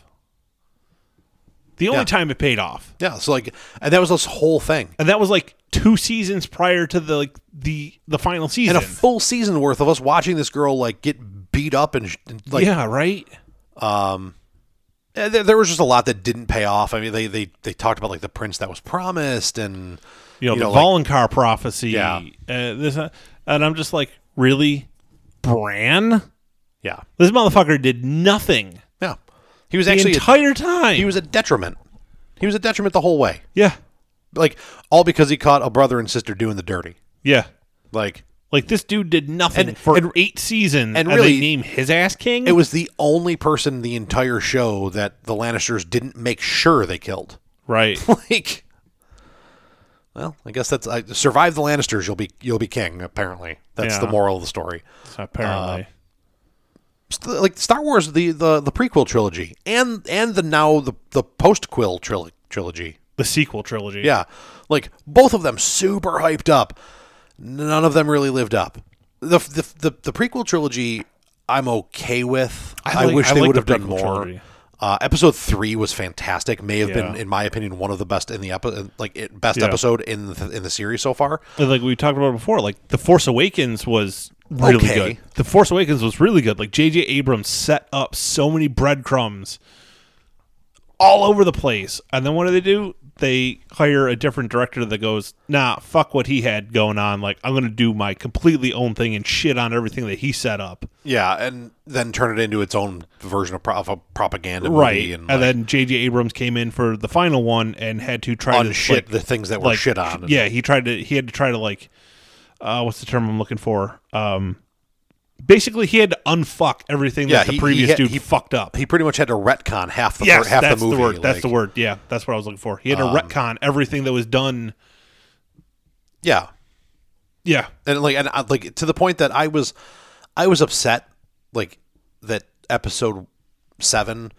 [SPEAKER 4] The only
[SPEAKER 2] Yeah.
[SPEAKER 4] time it paid off.
[SPEAKER 2] yeah so like and that was this whole thing
[SPEAKER 4] and that was like two seasons prior to the like the the final season.
[SPEAKER 2] and a full season worth of us watching this girl like get beat up and, sh- and like
[SPEAKER 4] yeah, right.
[SPEAKER 2] eh, there, there was just a lot that didn't pay off. I mean, they they they talked about like the prince that was promised and
[SPEAKER 4] You know, the
[SPEAKER 2] like,
[SPEAKER 4] Voluncar prophecy.
[SPEAKER 2] Yeah.
[SPEAKER 4] Uh, this, uh, and I'm just like, really, Bran?
[SPEAKER 2] yeah
[SPEAKER 4] This motherfucker did nothing
[SPEAKER 2] yeah he was
[SPEAKER 4] the
[SPEAKER 2] actually a-
[SPEAKER 4] entire time.
[SPEAKER 2] he was a detriment. He was a detriment the whole way.
[SPEAKER 4] yeah,
[SPEAKER 2] Like all because he caught a brother and sister doing the dirty.
[SPEAKER 4] yeah.
[SPEAKER 2] Like
[SPEAKER 4] Like this dude did nothing
[SPEAKER 2] And-
[SPEAKER 4] for
[SPEAKER 2] and-
[SPEAKER 4] eight seasons,
[SPEAKER 2] and
[SPEAKER 4] and,
[SPEAKER 2] really-
[SPEAKER 4] they name his ass king.
[SPEAKER 2] it was the only person the entire show that the Lannisters didn't make sure they killed.
[SPEAKER 4] right.
[SPEAKER 2] like well, I guess that's I survive the Lannisters. You'll be you'll be king. Apparently, that's the
[SPEAKER 4] Yeah.
[SPEAKER 2] moral of the story. Uh,
[SPEAKER 4] Apparently,
[SPEAKER 2] st- like Star Wars, the, the the prequel trilogy, and and the now the the postquel tril- trilogy.
[SPEAKER 4] the sequel trilogy.
[SPEAKER 2] Yeah, like both of them super hyped up. None of them really lived up. The the the, the prequel trilogy, I'm okay with. I,
[SPEAKER 4] like-
[SPEAKER 2] wish
[SPEAKER 4] I
[SPEAKER 2] they
[SPEAKER 4] like
[SPEAKER 2] would
[SPEAKER 4] the
[SPEAKER 2] have done
[SPEAKER 4] prequel
[SPEAKER 2] more.
[SPEAKER 4] trilogy.
[SPEAKER 2] Uh, episode three was fantastic. May have been,
[SPEAKER 4] Yeah.
[SPEAKER 2] in my opinion, one of the best in the epi- like it, best
[SPEAKER 4] Yeah.
[SPEAKER 2] episode in the, in the series so far.
[SPEAKER 4] And like we talked about before, like The Force Awakens was really
[SPEAKER 2] Okay.
[SPEAKER 4] good. The Force Awakens was really good. Like J.J. Abrams set up so many breadcrumbs all over the place, and then what do they do? They hire a different director that goes, "Nah, fuck what he had going on. Like I'm gonna do my completely own thing and shit on everything that he set up."
[SPEAKER 2] Yeah, and then turn it into its own version of, pro- of a propaganda
[SPEAKER 4] Right,
[SPEAKER 2] movie,
[SPEAKER 4] and,
[SPEAKER 2] and, like,
[SPEAKER 4] then J.J. Abrams came in for the final one and had to try to
[SPEAKER 2] on shit
[SPEAKER 4] like,
[SPEAKER 2] the things that were
[SPEAKER 4] like,
[SPEAKER 2] shit on.
[SPEAKER 4] Yeah, he tried to. He had to try to like, uh, what's the term I'm looking for? Um, basically, he had to unfuck everything
[SPEAKER 2] Yeah,
[SPEAKER 4] that the
[SPEAKER 2] he- he
[SPEAKER 4] previous
[SPEAKER 2] had-
[SPEAKER 4] dude
[SPEAKER 2] he-
[SPEAKER 4] fucked up.
[SPEAKER 2] he pretty much had to retcon half the
[SPEAKER 4] yes,
[SPEAKER 2] fir- half
[SPEAKER 4] that's
[SPEAKER 2] the movie.
[SPEAKER 4] word. that's
[SPEAKER 2] like- um,
[SPEAKER 4] the word. Yeah, that's what I was looking for. He had to retcon everything that was done.
[SPEAKER 2] Yeah,
[SPEAKER 4] Yeah,
[SPEAKER 2] and like and uh, like to the point that I was, I was upset like that episode seven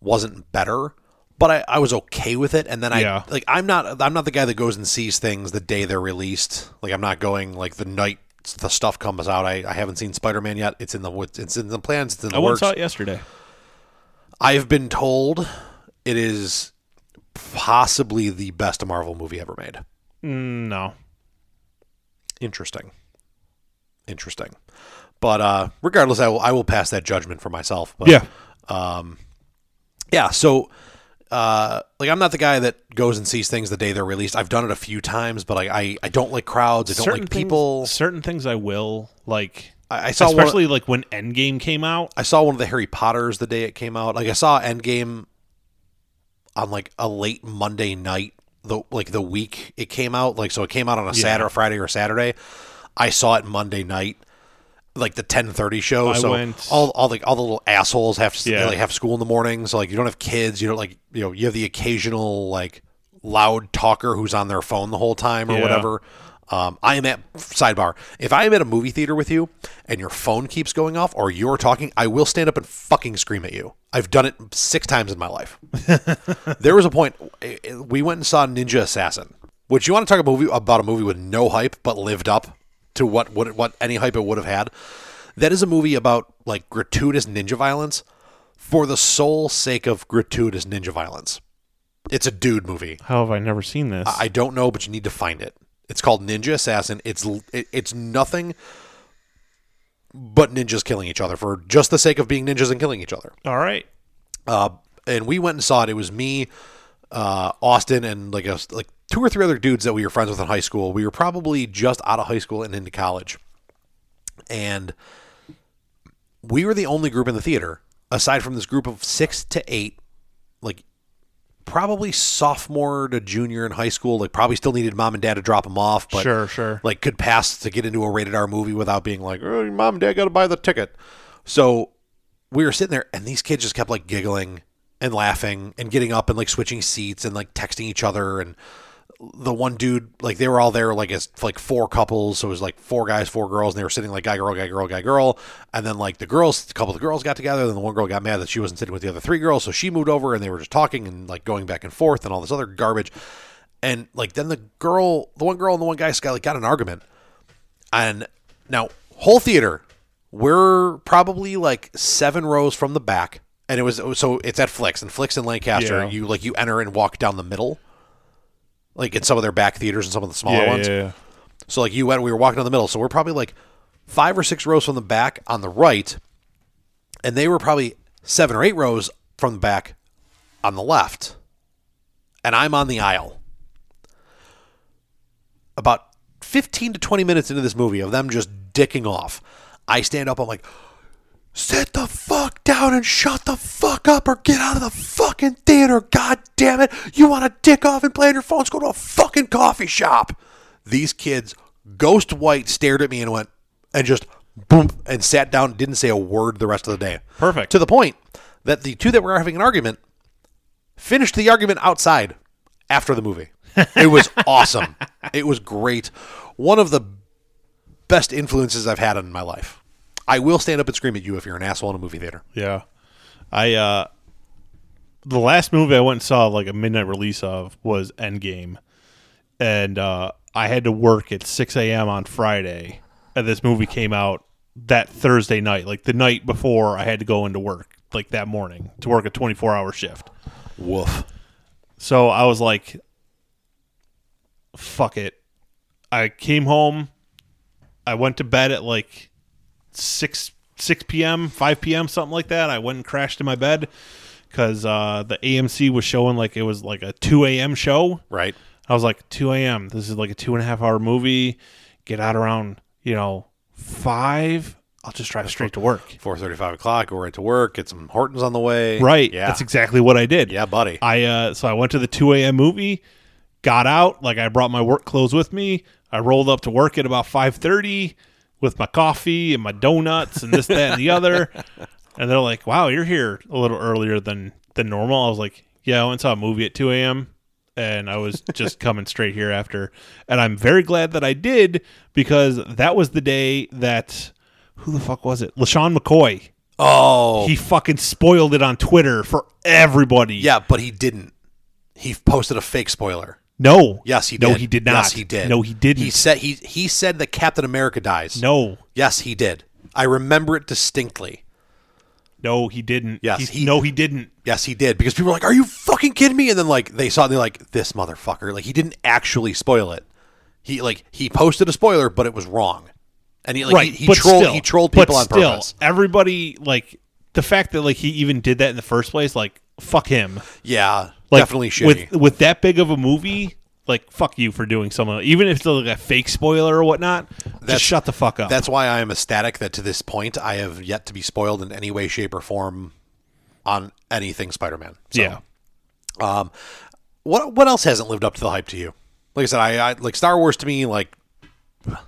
[SPEAKER 2] wasn't better, but I, I was okay with it. And then I
[SPEAKER 4] Yeah.
[SPEAKER 2] like I'm not I'm not the guy that goes and sees things the day they're released. Like I'm not going like the night the stuff comes out. I, I haven't seen Spider Man yet. It's in the woods. It's in the plans. It's in the
[SPEAKER 4] I once
[SPEAKER 2] works.
[SPEAKER 4] saw it yesterday.
[SPEAKER 2] I've been told it is possibly the best Marvel movie ever made.
[SPEAKER 4] Mm, No,
[SPEAKER 2] Interesting. Interesting. But uh, regardless, I will I will pass that judgment for myself. But,
[SPEAKER 4] yeah,
[SPEAKER 2] Yeah, so uh, like I'm not the guy that goes and sees things the day they're released. I've done it a few times, but like I, I don't like crowds. I don't like people.
[SPEAKER 4] Things, certain things I will like.
[SPEAKER 2] I, I saw one,
[SPEAKER 4] especially like when Endgame came out.
[SPEAKER 2] I saw one of the Harry Potters the day it came out. Like I saw Endgame on like a late Monday night, the like the week it came out. Like so, it came out on a Saturday, Friday or Saturday. I saw it Monday night, like the ten thirty show.
[SPEAKER 4] I
[SPEAKER 2] so
[SPEAKER 4] went-
[SPEAKER 2] all all the all the little assholes have to
[SPEAKER 4] Yeah.
[SPEAKER 2] they, like have school in the morning. So like you don't have kids. You don't like you know you have the occasional like loud talker who's on their phone the whole time or
[SPEAKER 4] Yeah.
[SPEAKER 2] whatever. Um, I am at sidebar. If I am at a movie theater with you and your phone keeps going off or you're talking, I will stand up and fucking scream at you. I've done it six times in my life. there was a point i- i- we went and saw Ninja Assassin, which you want to talk about a movie about a movie with no hype but lived up to what what what any hype it would have had. That is a movie about like gratuitous ninja violence for the sole sake of gratuitous ninja violence. It's a dude movie.
[SPEAKER 4] How have I never seen this?
[SPEAKER 2] I don't know, but you need to find it. It's called Ninja Assassin. It's l- it, it's nothing but ninjas killing each other for just the sake of being ninjas and killing each other.
[SPEAKER 4] All right.
[SPEAKER 2] Uh, and we went and saw it. It was me, uh, Austin, and like a, like two or three other dudes that we were friends with in high school. We were probably just out of high school and into college, and we were the only group in the theater aside from this group of six to eight, like probably sophomore to junior in high school. Like probably still needed mom and dad to drop them off, but
[SPEAKER 4] Sure, sure.
[SPEAKER 2] like could pass to get into a rated R movie without being like, oh, your mom and dad got to buy the ticket. So we were sitting there, and these kids just kept like giggling and laughing and getting up and like switching seats and like texting each other. And the one dude, like they were all there, like as like four couples, so it was like four guys, four girls, and they were sitting like guy, girl, guy, girl, guy, girl. And then like the girls, a couple of the girls got together, and then the one girl got mad that she wasn't sitting with the other three girls, so she moved over, and they were just talking and like going back and forth and all this other garbage. And like then the girl, the one girl and the one guy got like got in an argument. And now, whole theater, we're probably like seven rows from the back. And it was so it's at Flicks and Flicks in Lancaster.
[SPEAKER 4] Yeah.
[SPEAKER 2] You like you enter and walk down the middle, like in some of their back theaters and some of the smaller ones. So like you went, we were walking down the middle. So we're probably like five or six rows from the back on the right, and they were probably seven or eight rows from the back on the left. And I'm on the aisle. About 15 to 20 minutes into this movie of them just dicking off, I stand up. I'm like, sit the fuck down and shut the fuck up or get out of the fucking theater. God damn it. You want to dick off and play on your phones? Go to a fucking coffee shop. These kids, ghost white, stared at me and went, and just boom, and sat down, didn't say a word the rest of the day.
[SPEAKER 4] Perfect.
[SPEAKER 2] To the point that the two that were having an argument finished the argument outside after the movie. It was awesome. It was great. One of the best influences I've had in my life. I will stand up and scream at you if you're an asshole in a movie theater.
[SPEAKER 4] Yeah. I uh the last movie I went and saw like a midnight release of was Endgame. And uh I had to work at six AM on Friday and this movie came out that Thursday night, like the night before I had to go into work, like that morning, to work a twenty four hour shift.
[SPEAKER 2] Woof.
[SPEAKER 4] So I was like, fuck it. I came home. I went to bed at like 6 6 p.m., 5 p.m., something like that. I went and crashed in my bed because uh, the AMC was showing like it was like a 2 a.m. show.
[SPEAKER 2] Right.
[SPEAKER 4] I was like, 2 a.m. This is like a two and a half hour movie. Get out around, you know, 5. I'll just drive straight to work.
[SPEAKER 2] Four thirty-five o'clock. Go right to work. Get some Hortons on the way.
[SPEAKER 4] Right.
[SPEAKER 2] Yeah.
[SPEAKER 4] That's exactly what I did.
[SPEAKER 2] yeah, buddy.
[SPEAKER 4] I uh, so I went to the 2 a.m. movie, got out. Like I brought my work clothes with me. I rolled up to work at about 5:30 with my coffee and my donuts and this, that, and the other. And they're like, "Wow, you're here a little earlier than than normal." I was like, "Yeah, I went and saw a movie at 2 a.m." And I was just coming straight here after. And I'm very glad that I did because that was the day that who the fuck was it? LaShawn McCoy.
[SPEAKER 2] oh.
[SPEAKER 4] He fucking spoiled it on Twitter for everybody.
[SPEAKER 2] yeah, but he didn't. He posted a fake spoiler.
[SPEAKER 4] No.
[SPEAKER 2] Yes, he
[SPEAKER 4] no,
[SPEAKER 2] did.
[SPEAKER 4] he did not.
[SPEAKER 2] Yes, he did.
[SPEAKER 4] No, he didn't.
[SPEAKER 2] He said he he said that Captain America dies.
[SPEAKER 4] no,
[SPEAKER 2] Yes, he did. I remember it distinctly.
[SPEAKER 4] no, he didn't.
[SPEAKER 2] Yes,
[SPEAKER 4] He's-
[SPEAKER 2] he-
[SPEAKER 4] no, he didn't.
[SPEAKER 2] Yes, he did. Because people were like, "Are you fucking kidding me?" And then like they saw it and they're like, "This motherfucker!" Like he didn't actually spoil it. He like he posted a spoiler, but it was wrong. And he like
[SPEAKER 4] right.
[SPEAKER 2] he, he
[SPEAKER 4] but
[SPEAKER 2] trolled
[SPEAKER 4] still,
[SPEAKER 2] he trolled
[SPEAKER 4] but
[SPEAKER 2] people on
[SPEAKER 4] still,
[SPEAKER 2] purpose.
[SPEAKER 4] Everybody like the fact that like he even did that in the first place. Like fuck him.
[SPEAKER 2] Yeah,
[SPEAKER 4] Like,
[SPEAKER 2] definitely shitty.
[SPEAKER 4] with with that big of a movie. Like fuck you for doing something, even if it's like a fake spoiler or whatnot.
[SPEAKER 2] That's-
[SPEAKER 4] just shut the fuck up.
[SPEAKER 2] That's why I am ecstatic that to this point I have yet to be spoiled in any way, shape, or form on anything Spider-Man. So,
[SPEAKER 4] yeah.
[SPEAKER 2] Um, what what else hasn't lived up to the hype to you? Like I said, I, I like Star Wars to me. Like I,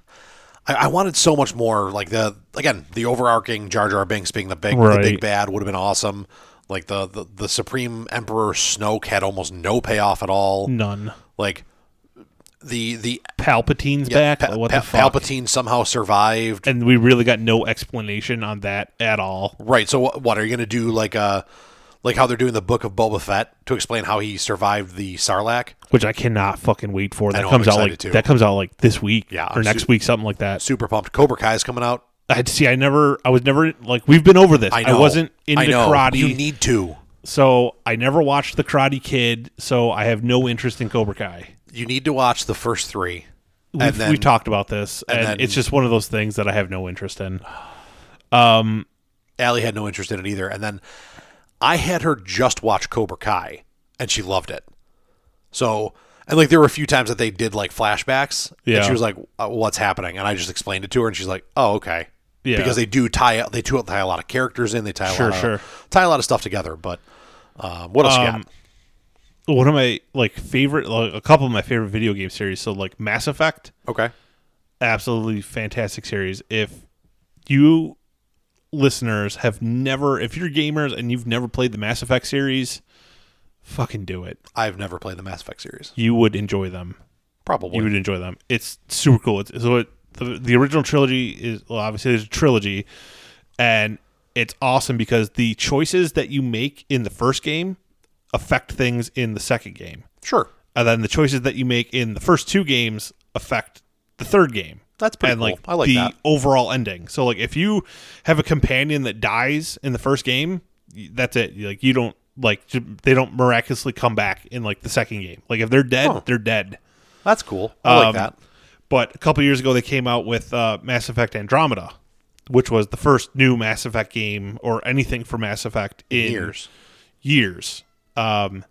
[SPEAKER 2] I wanted so much more. Like the again the overarching Jar Jar Binks being the big the big
[SPEAKER 4] Right.
[SPEAKER 2] bad would have been awesome. Like the, the the Supreme Emperor Snoke had almost no payoff at all.
[SPEAKER 4] None.
[SPEAKER 2] Like the the
[SPEAKER 4] Palpatine's
[SPEAKER 2] yeah,
[SPEAKER 4] back.
[SPEAKER 2] Pa-
[SPEAKER 4] Like, what
[SPEAKER 2] Pa-
[SPEAKER 4] the fuck?
[SPEAKER 2] Palpatine somehow survived.
[SPEAKER 4] and we really got no explanation on that at all.
[SPEAKER 2] Right. So what, what are you going to do? Like uh, like how they're doing the book of Boba Fett to explain how he survived the Sarlacc.
[SPEAKER 4] Which I cannot fucking wait for. That
[SPEAKER 2] know, I'm
[SPEAKER 4] comes out
[SPEAKER 2] excited
[SPEAKER 4] like
[SPEAKER 2] too.
[SPEAKER 4] that comes out like this week,
[SPEAKER 2] Yeah,
[SPEAKER 4] or
[SPEAKER 2] I'm
[SPEAKER 4] next
[SPEAKER 2] su-
[SPEAKER 4] week, something like that.
[SPEAKER 2] Super pumped. Cobra Kai's coming out.
[SPEAKER 4] I see. I never. I was never like we've been over this.
[SPEAKER 2] I
[SPEAKER 4] I,
[SPEAKER 2] know.
[SPEAKER 4] wasn't into
[SPEAKER 2] I know.
[SPEAKER 4] karate,
[SPEAKER 2] You need to.
[SPEAKER 4] so I never watched the Karate Kid. So I have no interest in Cobra Kai.
[SPEAKER 2] You need to watch the first three.
[SPEAKER 4] We've,
[SPEAKER 2] and then
[SPEAKER 4] we talked about this, and,
[SPEAKER 2] then-
[SPEAKER 4] it's just one of those things that I have no interest in.
[SPEAKER 2] Allie had no interest in it either. And then I had her just watch Cobra Kai, and she loved it. So and like there were a few times that they did like flashbacks, and
[SPEAKER 4] Yeah.
[SPEAKER 2] she was like, uh, "What's happening?" And I just explained it to her, and she's like, "Oh, okay."
[SPEAKER 4] Yeah.
[SPEAKER 2] Because they do tie they do tie a lot of characters in, they tie a
[SPEAKER 4] Sure,
[SPEAKER 2] lot of,
[SPEAKER 4] sure.
[SPEAKER 2] tie a lot of stuff together. But um, what else you
[SPEAKER 4] Um,
[SPEAKER 2] got?
[SPEAKER 4] One of my like favorite, like, a couple of my favorite video game series. So like Mass Effect.
[SPEAKER 2] Okay,
[SPEAKER 4] absolutely fantastic series. If you listeners have never, if you're gamers and you've never played the Mass Effect series, fucking do it.
[SPEAKER 2] I've never played the Mass Effect series.
[SPEAKER 4] You would enjoy them.
[SPEAKER 2] Probably
[SPEAKER 4] You would enjoy them. It's super cool. It's, so it, the, the original trilogy is well, obviously there's a trilogy, and it's awesome because the choices that you make in the first game affect things in the second game,
[SPEAKER 2] sure.
[SPEAKER 4] and then the choices that you make in the first two games affect the third game
[SPEAKER 2] That's pretty
[SPEAKER 4] and
[SPEAKER 2] cool.
[SPEAKER 4] like
[SPEAKER 2] I like
[SPEAKER 4] the
[SPEAKER 2] that.
[SPEAKER 4] overall ending. So like if you have a companion that dies in the first game, y- that's it. You- Like you don't like j- they don't miraculously come back in like the second game. Like if they're dead,
[SPEAKER 2] Huh.
[SPEAKER 4] they're dead.
[SPEAKER 2] That's cool. I like
[SPEAKER 4] Um,
[SPEAKER 2] that.
[SPEAKER 4] But a couple years ago, they came out with uh, Mass Effect Andromeda, which was the first new Mass Effect game or anything for Mass Effect in
[SPEAKER 2] Years.
[SPEAKER 4] years. Um,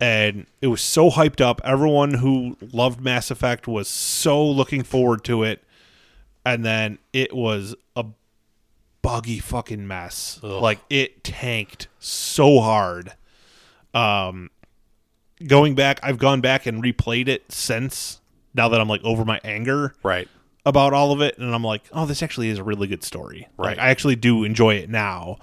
[SPEAKER 4] and it was so hyped up. Everyone who loved Mass Effect was so looking forward to it. And then it was a buggy fucking mess. Like it tanked so hard. Um, going back, I've gone back and replayed it since. Now that I'm like over my anger,
[SPEAKER 2] Right.
[SPEAKER 4] about all of it and I'm like, oh, this actually is a really good story. Like,
[SPEAKER 2] Right.
[SPEAKER 4] I actually do enjoy it now.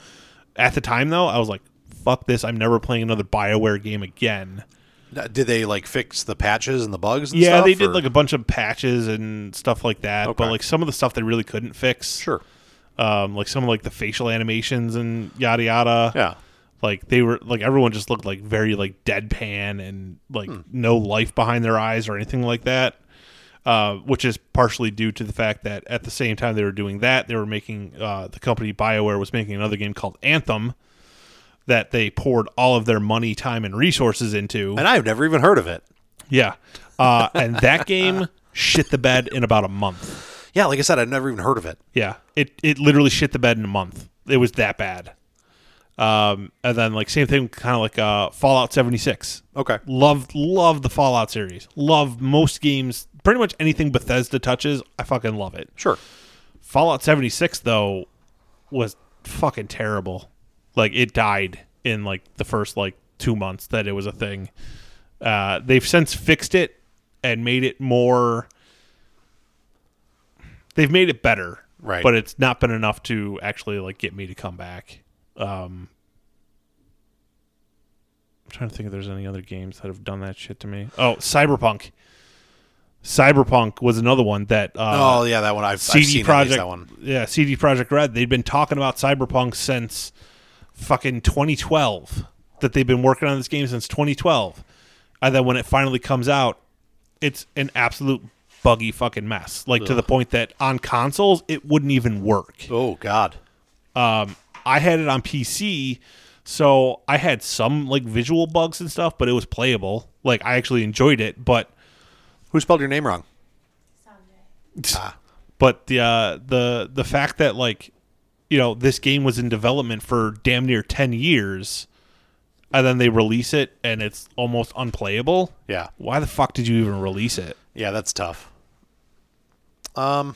[SPEAKER 4] At the time though, I was like, fuck this, I'm never playing another BioWare game again.
[SPEAKER 2] Now, Uh, Did they like fix the patches and the bugs? And
[SPEAKER 4] yeah,
[SPEAKER 2] stuff,
[SPEAKER 4] they did
[SPEAKER 2] or-
[SPEAKER 4] like a bunch of patches and stuff like that,
[SPEAKER 2] Okay.
[SPEAKER 4] but like some of the stuff they really couldn't fix.
[SPEAKER 2] sure.
[SPEAKER 4] Um like some of like the facial animations and yada yada.
[SPEAKER 2] Yeah.
[SPEAKER 4] Like they were like everyone just looked like very like deadpan and like
[SPEAKER 2] Hmm.
[SPEAKER 4] no life behind their eyes or anything like that. Uh, which is partially due to the fact that at the same time they were doing that, they were making uh, the company Bioware was making another game called Anthem that they poured all of their money, time, and resources into.
[SPEAKER 2] And I've never even heard of it.
[SPEAKER 4] Yeah, uh, and that game shit the bed in about a month.
[SPEAKER 2] Yeah, like I said, I've never even heard of it.
[SPEAKER 4] Yeah, it it literally shit the bed in a month. It was that bad. Um, and then like same thing, kind of like uh, Fallout seventy six.
[SPEAKER 2] Okay.
[SPEAKER 4] Love love the Fallout series. Love most games. Pretty much anything Bethesda touches, I fucking love it.
[SPEAKER 2] Sure.
[SPEAKER 4] Fallout 76 though was fucking terrible. Like it died in like the first like 2 months that it was a thing. Uh they've since fixed it and made it more They've made it better.
[SPEAKER 2] Right.
[SPEAKER 4] But it's not been enough to actually like get me to come back. Um I'm trying to think if there's any other games that have done that shit to me. Oh, Cyberpunk. Cyberpunk was another one that uh,
[SPEAKER 2] oh yeah, that one I've, I've
[SPEAKER 4] CD
[SPEAKER 2] seen at least
[SPEAKER 4] Project,
[SPEAKER 2] that one.
[SPEAKER 4] yeah, CD Project Red. They've been talking about Cyberpunk since fucking 2012. That they've been working on this game since 2012, and then when it finally comes out, it's an absolute buggy fucking mess. Like to the point that on consoles it wouldn't even work.
[SPEAKER 2] Oh God.
[SPEAKER 4] Um, I had it on PC, so I had some like visual bugs and stuff, but it was playable. Like I actually enjoyed it, but
[SPEAKER 2] Who spelled your name wrong? Ah,
[SPEAKER 4] but the uh, the the fact that like you know this game was in development for damn near 10 years and then they release it and it's almost unplayable.
[SPEAKER 2] Yeah.
[SPEAKER 4] Why the fuck did you even release it?
[SPEAKER 2] Yeah, that's tough. Um,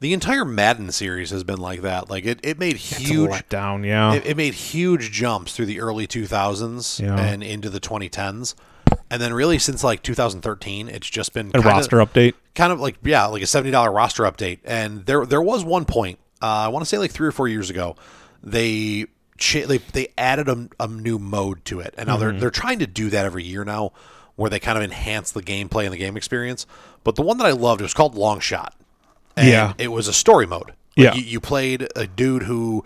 [SPEAKER 2] the entire Madden series has been like that. Like it, it made huge
[SPEAKER 4] down, yeah.
[SPEAKER 2] it, it made huge jumps through the early 2000s
[SPEAKER 4] Yeah.
[SPEAKER 2] and into the 2010s and then really since like 2013 it's just been
[SPEAKER 4] a
[SPEAKER 2] kinda-
[SPEAKER 4] roster update.
[SPEAKER 2] kind of like yeah like a $70 roster update and there there was one point uh, i want to say like three or four years ago they cha- they, they added a, a new mode to it and now
[SPEAKER 4] Mm-hmm.
[SPEAKER 2] they're, they're trying to do that every year now where they kind of enhance the gameplay and the game experience but the one that i loved it was called long shot and
[SPEAKER 4] Yeah.
[SPEAKER 2] it was a story mode Like,
[SPEAKER 4] Yeah.
[SPEAKER 2] you, you played a dude who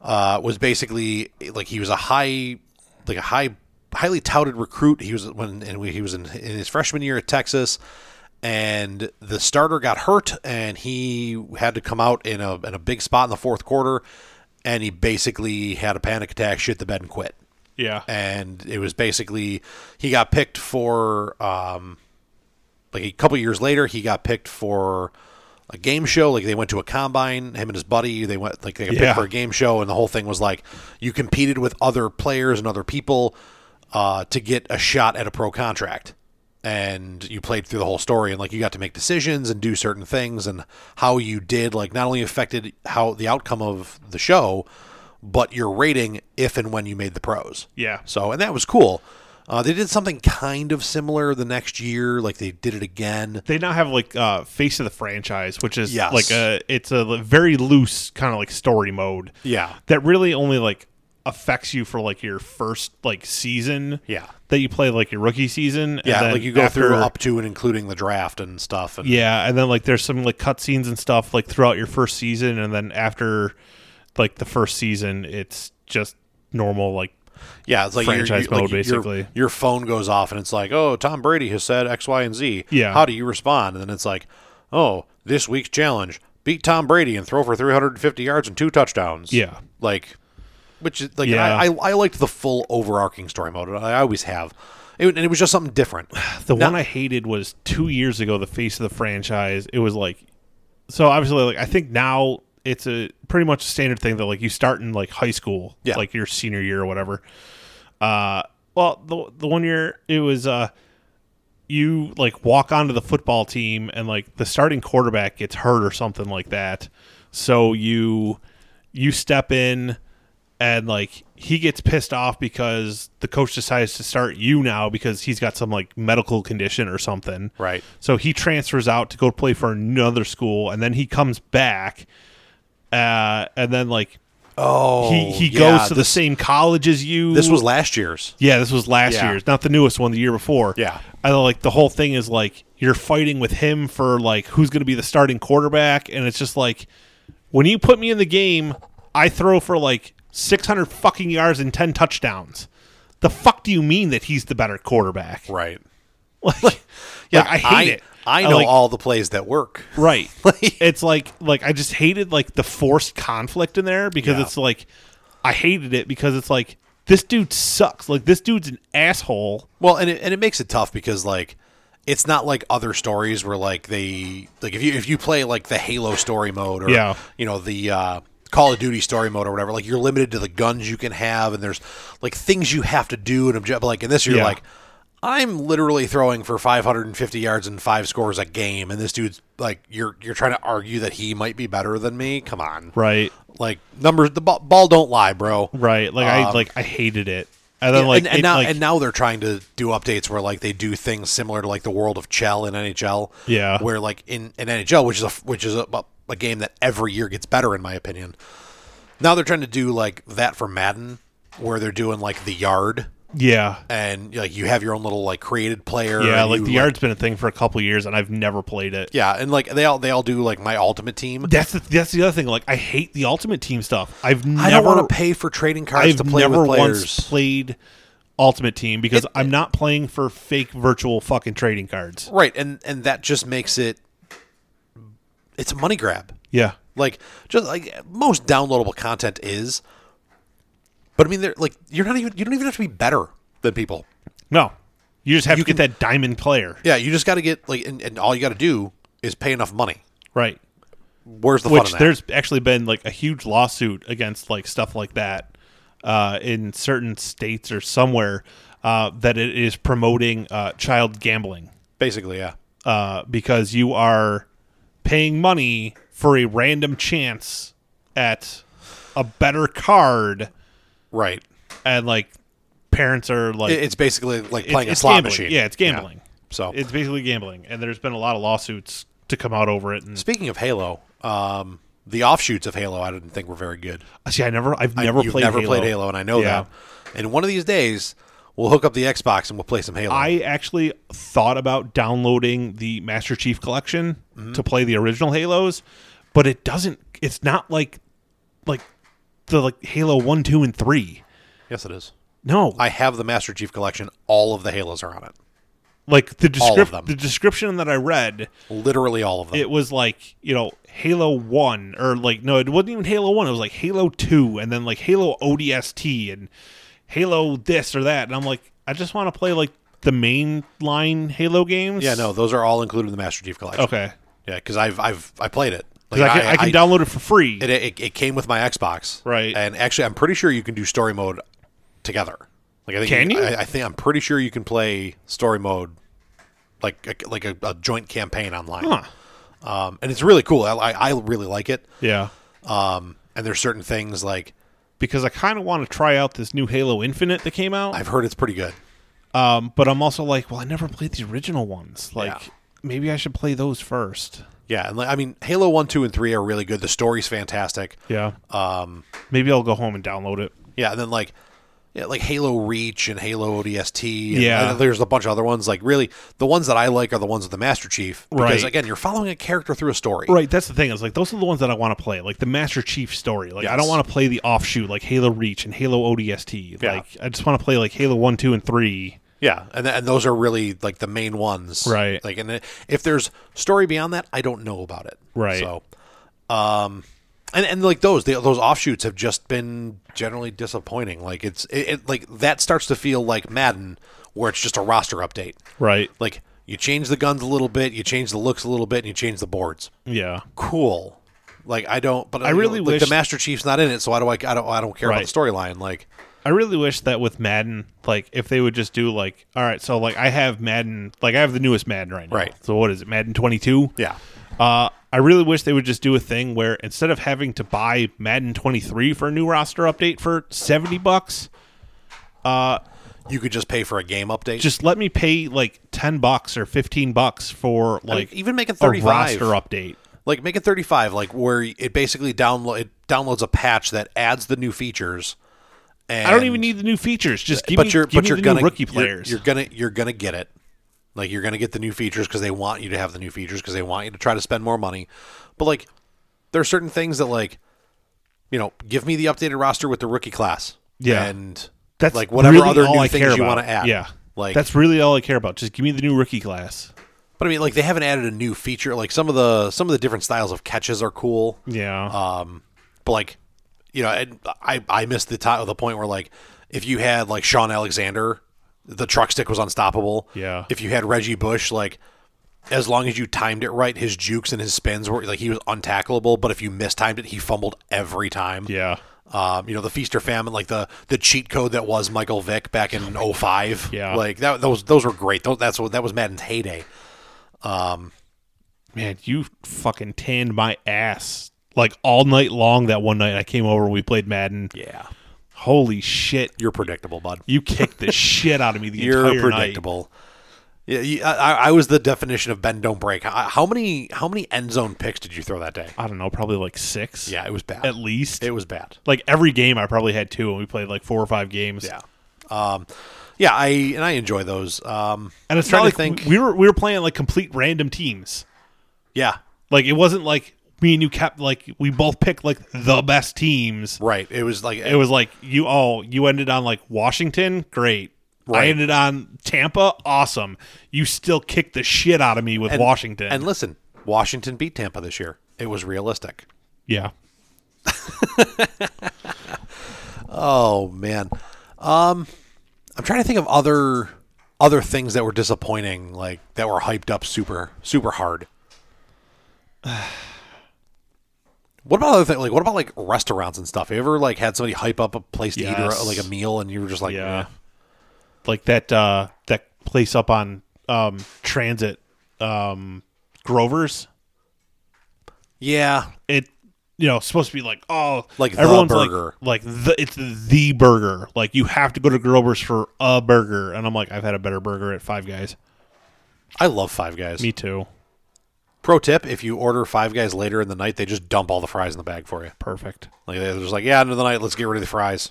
[SPEAKER 2] uh, was basically like he was a high like a high highly touted recruit he was when and he was in, in his freshman year at texas and the starter got hurt and he had to come out in a, in a big spot in the fourth quarter and he basically had a panic attack shit the bed and quit
[SPEAKER 4] Yeah.
[SPEAKER 2] Eh. and it was basically he got picked for um, like a couple years later he got picked for a game show like they went to a combine him and his buddy they went like they got
[SPEAKER 4] Yeah.
[SPEAKER 2] picked for a game show and the whole thing was like you competed with other players and other people uh, to get a shot at a pro contract and you played through the whole story and like you got to make decisions and do certain things and how you did like not only affected how the outcome of the show but your rating if and when you made the pros
[SPEAKER 4] Yeah.
[SPEAKER 2] so, and that was cool. Uh, they did something kind of similar the next year, like they did it again.
[SPEAKER 4] They now have like uh, face of the franchise, which is
[SPEAKER 2] Yes.
[SPEAKER 4] like a it's a l- very loose kind of like story mode.
[SPEAKER 2] Yeah.
[SPEAKER 4] That really only like affects you for like your first like season.
[SPEAKER 2] Yeah.
[SPEAKER 4] That you play like your rookie season. and
[SPEAKER 2] Yeah,
[SPEAKER 4] then
[SPEAKER 2] like you go through
[SPEAKER 4] after-
[SPEAKER 2] up to and including the draft and stuff. And
[SPEAKER 4] Yeah, and then like there's some like cutscenes and stuff like throughout your first season, and then after like the first season, it's just normal like
[SPEAKER 2] yeah, it's like your-
[SPEAKER 4] Franchise
[SPEAKER 2] you- like
[SPEAKER 4] mode,
[SPEAKER 2] your-
[SPEAKER 4] basically.
[SPEAKER 2] Your phone goes off and it's like, oh, Tom Brady has said X, Y, and Z.
[SPEAKER 4] Yeah.
[SPEAKER 2] how do you respond? And then it's like, oh, this week's challenge: beat Tom Brady and throw for 350 yards and two touchdowns.
[SPEAKER 4] Yeah.
[SPEAKER 2] like which is like
[SPEAKER 4] Yeah.
[SPEAKER 2] I, I I liked the full overarching story mode. I always have, it, and it was just something different.
[SPEAKER 4] The one I hated was two years ago, the face of the franchise. It was like, so obviously, like I think now it's a pretty much a standard thing that like you start in like high school,
[SPEAKER 2] Yeah.
[SPEAKER 4] like your senior year or whatever. Uh, well, the the one year it was uh, you like walk onto the football team and like the starting quarterback gets hurt or something like that, so you you step in and like he gets pissed off because the coach decides to start you now because he's got some like medical condition or something.
[SPEAKER 2] Right.
[SPEAKER 4] So he transfers out to go play for another school and then he comes back uh and then like
[SPEAKER 2] Oh,
[SPEAKER 4] he he
[SPEAKER 2] yeah,
[SPEAKER 4] goes to the same college as you.
[SPEAKER 2] This was last year's.
[SPEAKER 4] Yeah, this was last
[SPEAKER 2] Yeah.
[SPEAKER 4] year's, not the newest one, the year before.
[SPEAKER 2] Yeah.
[SPEAKER 4] And like the whole thing is like you're fighting with him for like who's going to be the starting quarterback and it's just like when you put me in the game, I throw for like 600 fucking yards and 10 touchdowns. The fuck do you mean that he's the better quarterback?
[SPEAKER 2] Right.
[SPEAKER 4] Like, yeah, I hate it.
[SPEAKER 2] I know
[SPEAKER 4] like-
[SPEAKER 2] all the plays that work.
[SPEAKER 4] Right. it's like like I just hated like the forced conflict in there because
[SPEAKER 2] Yeah.
[SPEAKER 4] it's like I hated it because it's like this dude sucks. Like this dude's an asshole.
[SPEAKER 2] Well, and it, and it makes it tough because like it's not like other stories where like they like if you if you play like the Halo story mode or
[SPEAKER 4] Yeah.
[SPEAKER 2] you know the uh, Call of Duty story mode or whatever, like you're limited to the guns you can have and there's like things you have to do and object. Like in this, you're
[SPEAKER 4] Yeah.
[SPEAKER 2] like. I'm literally throwing for 550 yards and five scores a game, and this dude's like, you're you're trying to argue that he might be better than me. Come on,
[SPEAKER 4] Right.
[SPEAKER 2] Like numbers, the ball, ball don't lie, bro.
[SPEAKER 4] Right. Like I like I hated it. And then
[SPEAKER 2] Um, Yeah,
[SPEAKER 4] like
[SPEAKER 2] and, and
[SPEAKER 4] it,
[SPEAKER 2] now
[SPEAKER 4] like-
[SPEAKER 2] and now they're trying to do updates where like they do things similar to like the world of Chell in NHL.
[SPEAKER 4] Yeah.
[SPEAKER 2] where like in, in NHL, which is a which is a, a game that every year gets better in my opinion. Now they're trying to do like that for Madden, where they're doing like the yard
[SPEAKER 4] yeah.
[SPEAKER 2] and like you have your own little like created player.
[SPEAKER 4] Yeah,
[SPEAKER 2] and
[SPEAKER 4] like
[SPEAKER 2] you,
[SPEAKER 4] the yard's been a thing for a couple years and I've never played it.
[SPEAKER 2] Yeah, and like they all they all do like my ultimate team.
[SPEAKER 4] That's the, that's the other thing. Like I hate the ultimate team stuff. I've never
[SPEAKER 2] I don't want to pay for trading cards
[SPEAKER 4] I've
[SPEAKER 2] to play
[SPEAKER 4] never
[SPEAKER 2] with players.
[SPEAKER 4] once played Ultimate Team because I'm not playing for fake virtual fucking trading cards.
[SPEAKER 2] right, and and that just makes it it's a money grab.
[SPEAKER 4] Yeah.
[SPEAKER 2] Like just like most downloadable content is. But I mean they're like you're not even you don't even have to be better than people.
[SPEAKER 4] No. You just have to get that diamond player.
[SPEAKER 2] Yeah, you just gotta get like and, and all you gotta do is pay enough money.
[SPEAKER 4] Right.
[SPEAKER 2] Where's the fun
[SPEAKER 4] Which
[SPEAKER 2] in that?
[SPEAKER 4] there's actually been like a huge lawsuit against like stuff like that uh, in certain states or somewhere uh, that it is promoting uh, child gambling
[SPEAKER 2] Basically, yeah.
[SPEAKER 4] uh, because you are paying money for a random chance at a better card,
[SPEAKER 2] Right.
[SPEAKER 4] and like parents are like
[SPEAKER 2] It- It's basically like
[SPEAKER 4] it's-
[SPEAKER 2] playing
[SPEAKER 4] it's
[SPEAKER 2] a slot
[SPEAKER 4] gambling.
[SPEAKER 2] machine.
[SPEAKER 4] Yeah, it's gambling.
[SPEAKER 2] So
[SPEAKER 4] It's basically gambling, and there's been a lot of lawsuits to come out over it. And
[SPEAKER 2] speaking of Halo, um, the offshoots of Halo, I didn't think were very good.
[SPEAKER 4] see, I never, I've never
[SPEAKER 2] You've
[SPEAKER 4] played
[SPEAKER 2] never
[SPEAKER 4] Halo.
[SPEAKER 2] played Halo, and I know
[SPEAKER 4] Yeah.
[SPEAKER 2] that. And one of these days, we'll hook up the Xbox and we'll play some Halo.
[SPEAKER 4] I actually thought about downloading the Master Chief Collection
[SPEAKER 2] Mm-hmm.
[SPEAKER 4] to play the original Halos, but it doesn't. It's not like like the like Halo one, two, and three.
[SPEAKER 2] yes, it is.
[SPEAKER 4] No,
[SPEAKER 2] I have the Master Chief Collection. All of the Halos are on it.
[SPEAKER 4] like the
[SPEAKER 2] All of them.
[SPEAKER 4] descrip- the description that I read,
[SPEAKER 2] Literally all of them.
[SPEAKER 4] it was like you know Halo One or like no, it wasn't even Halo One. It was like Halo Two, and then like Halo ODST and Halo this or that. And I'm like, I just want to play like the main line Halo games.
[SPEAKER 2] yeah, no, those are all included in the Master Chief Collection.
[SPEAKER 4] okay,
[SPEAKER 2] Yeah, because I've I've I played it.
[SPEAKER 4] 'Cause I can, I, can download it for free.
[SPEAKER 2] it, it. It came with my Xbox.
[SPEAKER 4] Right.
[SPEAKER 2] And actually, I'm pretty sure you can do story mode together. Like I think
[SPEAKER 4] Can you?
[SPEAKER 2] I, I think I'm pretty sure you can play story mode, like like a, a joint campaign online.
[SPEAKER 4] Huh.
[SPEAKER 2] Um, and it's really cool. I, I I really like it.
[SPEAKER 4] Yeah,
[SPEAKER 2] Um, and there's certain things like
[SPEAKER 4] because I kind of want to try out this new Halo Infinite that came out.
[SPEAKER 2] I've heard it's pretty good.
[SPEAKER 4] um, but I'm also like, well, I never played the original ones. Like,
[SPEAKER 2] Yeah.
[SPEAKER 4] maybe I should play those first.
[SPEAKER 2] Yeah, and like, I mean, Halo One, Two, and Three are really good. The story's fantastic.
[SPEAKER 4] Yeah. Um, maybe I'll go home and download it.
[SPEAKER 2] Yeah, and then like yeah, like Halo Reach and Halo ODST. And
[SPEAKER 4] Yeah.
[SPEAKER 2] and there's a bunch of other ones. Like really, the ones that I like are the ones with the Master Chief. Because
[SPEAKER 4] Right.
[SPEAKER 2] again, you're following a character through a story.
[SPEAKER 4] Right, that's the thing. Is like those are the ones that I want to play, like the Master Chief story. Like I
[SPEAKER 2] Yes.
[SPEAKER 4] don't want to play the offshoot, like Halo Reach and Halo ODST.
[SPEAKER 2] Yeah.
[SPEAKER 4] Like I just want to play like Halo One, Two, and Three.
[SPEAKER 2] Yeah, and th- and those are really like the main ones.
[SPEAKER 4] Right.
[SPEAKER 2] Like, and then if there's story beyond that, I don't know about it.
[SPEAKER 4] Right.
[SPEAKER 2] So, um, and and like those the, those offshoots have just been generally disappointing. Like it's it, it like that starts to feel like Madden, where it's just a roster update.
[SPEAKER 4] Right.
[SPEAKER 2] Like you change the guns a little bit, you change the looks a little bit, and you change the boards.
[SPEAKER 4] Yeah.
[SPEAKER 2] cool. Like I don't, but I
[SPEAKER 4] really
[SPEAKER 2] like
[SPEAKER 4] wish-
[SPEAKER 2] the Master Chief's not in it, so I don't. I don't. I don't care
[SPEAKER 4] Right.
[SPEAKER 2] about the storyline. Like
[SPEAKER 4] I really wish that with Madden, like if they would just do like, all right, so like I have Madden, like I have the newest Madden right now.
[SPEAKER 2] Right.
[SPEAKER 4] So what is it, Madden Twenty Two?
[SPEAKER 2] yeah,
[SPEAKER 4] Uh, I really wish they would just do a thing where instead of having to buy Madden 23 for a new roster update for 70 bucks,
[SPEAKER 2] you could just pay for a game update.
[SPEAKER 4] just let me pay like 10 bucks or 15 bucks for
[SPEAKER 2] I mean,
[SPEAKER 4] like
[SPEAKER 2] even make it
[SPEAKER 4] a
[SPEAKER 2] thirty five.
[SPEAKER 4] roster update.
[SPEAKER 2] Like make it thirty five. Like where it basically download it downloads a patch that adds the new features. And
[SPEAKER 4] I don't even need the new features. Just give
[SPEAKER 2] but
[SPEAKER 4] me,
[SPEAKER 2] you're
[SPEAKER 4] give
[SPEAKER 2] but
[SPEAKER 4] me
[SPEAKER 2] you're
[SPEAKER 4] the
[SPEAKER 2] gonna
[SPEAKER 4] new rookie
[SPEAKER 2] you're-
[SPEAKER 4] players.
[SPEAKER 2] You're, gonna you're gonna get it. Like you're gonna get the new features because they want you to have the new features because they want you to try to spend more money. But like there are certain things that like you know give me the updated roster with the rookie class.
[SPEAKER 4] Yeah.
[SPEAKER 2] and
[SPEAKER 4] that's
[SPEAKER 2] that's like whatever
[SPEAKER 4] really
[SPEAKER 2] other
[SPEAKER 4] all
[SPEAKER 2] new
[SPEAKER 4] I care
[SPEAKER 2] things you
[SPEAKER 4] about.
[SPEAKER 2] want to add.
[SPEAKER 4] Yeah,
[SPEAKER 2] like
[SPEAKER 4] that's really all I care about. Just give me the new rookie class.
[SPEAKER 2] But I mean, like they haven't added a new feature. Like some of the some of the different styles of catches are cool.
[SPEAKER 4] Yeah,
[SPEAKER 2] Um, but like, you know, and I I missed the top the point where like if you had like Sean Alexander, the truck stick was unstoppable.
[SPEAKER 4] Yeah.
[SPEAKER 2] If you had Reggie Bush, like as long as you timed it right, his jukes and his spins were like he was untackleable. But if you mistimed it, he fumbled every time.
[SPEAKER 4] yeah,
[SPEAKER 2] Um, you know the feast or famine, like the the cheat code that was Michael Vick back in 05.
[SPEAKER 4] Yeah.
[SPEAKER 2] like that those those were great. Those, that's what that was Madden's heyday.
[SPEAKER 4] man, you fucking tanned my ass like all night long. That one night I came over and we played Madden.
[SPEAKER 2] Yeah,
[SPEAKER 4] Holy shit,
[SPEAKER 2] you're predictable, bud.
[SPEAKER 4] you kicked the shit out of me the
[SPEAKER 2] You're
[SPEAKER 4] entire
[SPEAKER 2] predictable. Yeah, you, I, I was the definition of bend don't break. How, how many how many end zone picks did you throw that day?
[SPEAKER 4] night. I don't know, probably like six.
[SPEAKER 2] Yeah, it was bad.
[SPEAKER 4] at least
[SPEAKER 2] It was bad.
[SPEAKER 4] like every game I probably had two, and we played like four or five games.
[SPEAKER 2] Yeah, um, yeah. I and I enjoy those. Um,
[SPEAKER 4] and it's
[SPEAKER 2] now
[SPEAKER 4] not
[SPEAKER 2] I
[SPEAKER 4] like
[SPEAKER 2] think.
[SPEAKER 4] we were we were playing like complete random teams.
[SPEAKER 2] yeah,
[SPEAKER 4] Like it wasn't like me and you kept like we both picked like the best teams.
[SPEAKER 2] right. It was like
[SPEAKER 4] It was like you all you ended on like Washington, great. I
[SPEAKER 2] Right.
[SPEAKER 4] ended on Tampa, awesome. You still kicked the shit out of me with Washington.
[SPEAKER 2] And listen, Washington beat Tampa this year. It was realistic.
[SPEAKER 4] yeah.
[SPEAKER 2] Oh man, um, I'm trying to think of other other things that were disappointing, like that were hyped up super super hard. What about other things? Like, what about like restaurants and stuff? You ever like had somebody hype up a place to eat or
[SPEAKER 4] Yes.
[SPEAKER 2] like a meal, and you were just like,
[SPEAKER 4] Yeah.
[SPEAKER 2] "Eh."
[SPEAKER 4] Like that uh that place up on um transit um Grover's.
[SPEAKER 2] yeah,
[SPEAKER 4] It you know, supposed to be like, oh
[SPEAKER 2] Like the
[SPEAKER 4] like-
[SPEAKER 2] burger.
[SPEAKER 4] Like, the it's the burger. Like you have to go to Grover's for a burger. And I'm like, I've had a better burger at Five Guys.
[SPEAKER 2] I love Five Guys.
[SPEAKER 4] Me too.
[SPEAKER 2] Pro tip: If you order Five Guys later in the night, they just dump all the fries in the bag for you.
[SPEAKER 4] Perfect.
[SPEAKER 2] Like they're just like, yeah, end of the night, let's get rid of the fries.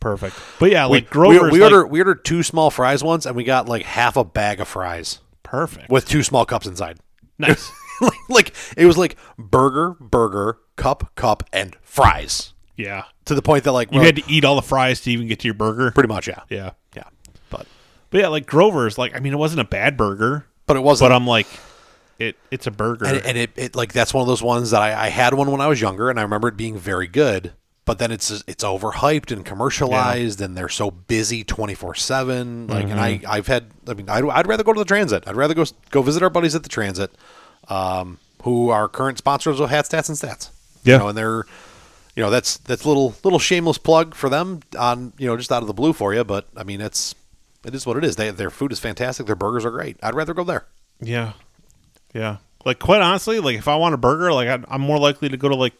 [SPEAKER 4] Perfect. But yeah,
[SPEAKER 2] We-
[SPEAKER 4] like Grover's
[SPEAKER 2] we, we
[SPEAKER 4] like-
[SPEAKER 2] ordered we ordered two small fries once, and we got like half a bag of fries
[SPEAKER 4] perfect.
[SPEAKER 2] with two small cups inside.
[SPEAKER 4] nice.
[SPEAKER 2] like it was like burger, burger, cup, cup, and fries.
[SPEAKER 4] yeah.
[SPEAKER 2] To the point that like
[SPEAKER 4] You
[SPEAKER 2] we're-
[SPEAKER 4] had to eat all the fries to even get to your burger.
[SPEAKER 2] pretty much, yeah,
[SPEAKER 4] Yeah.
[SPEAKER 2] yeah. But
[SPEAKER 4] But yeah, like Grover's, like I mean, it wasn't a bad burger,
[SPEAKER 2] but it wasn't.
[SPEAKER 4] but I'm like, it it's a burger.
[SPEAKER 2] and, and it, it like that's one of those ones that I, I had one when I was younger, and I remember it being very good. But then it's it's overhyped and commercialized, and they're so busy twenty four seven. Like, and I I've had I mean I'd, I'd rather go to the transit. I'd rather go s- go visit our buddies at the transit, um, who are current sponsors of Hat Stats and Stats.
[SPEAKER 4] Yeah.
[SPEAKER 2] you know, and they're you know that's that's little little shameless plug for them on you know just out of the blue for you. But I mean it's it is what it is. They, their food is fantastic. Their burgers are great. I'd rather go there.
[SPEAKER 4] yeah, yeah. Like quite honestly, like if I want a burger, like I, I'm more likely to go to like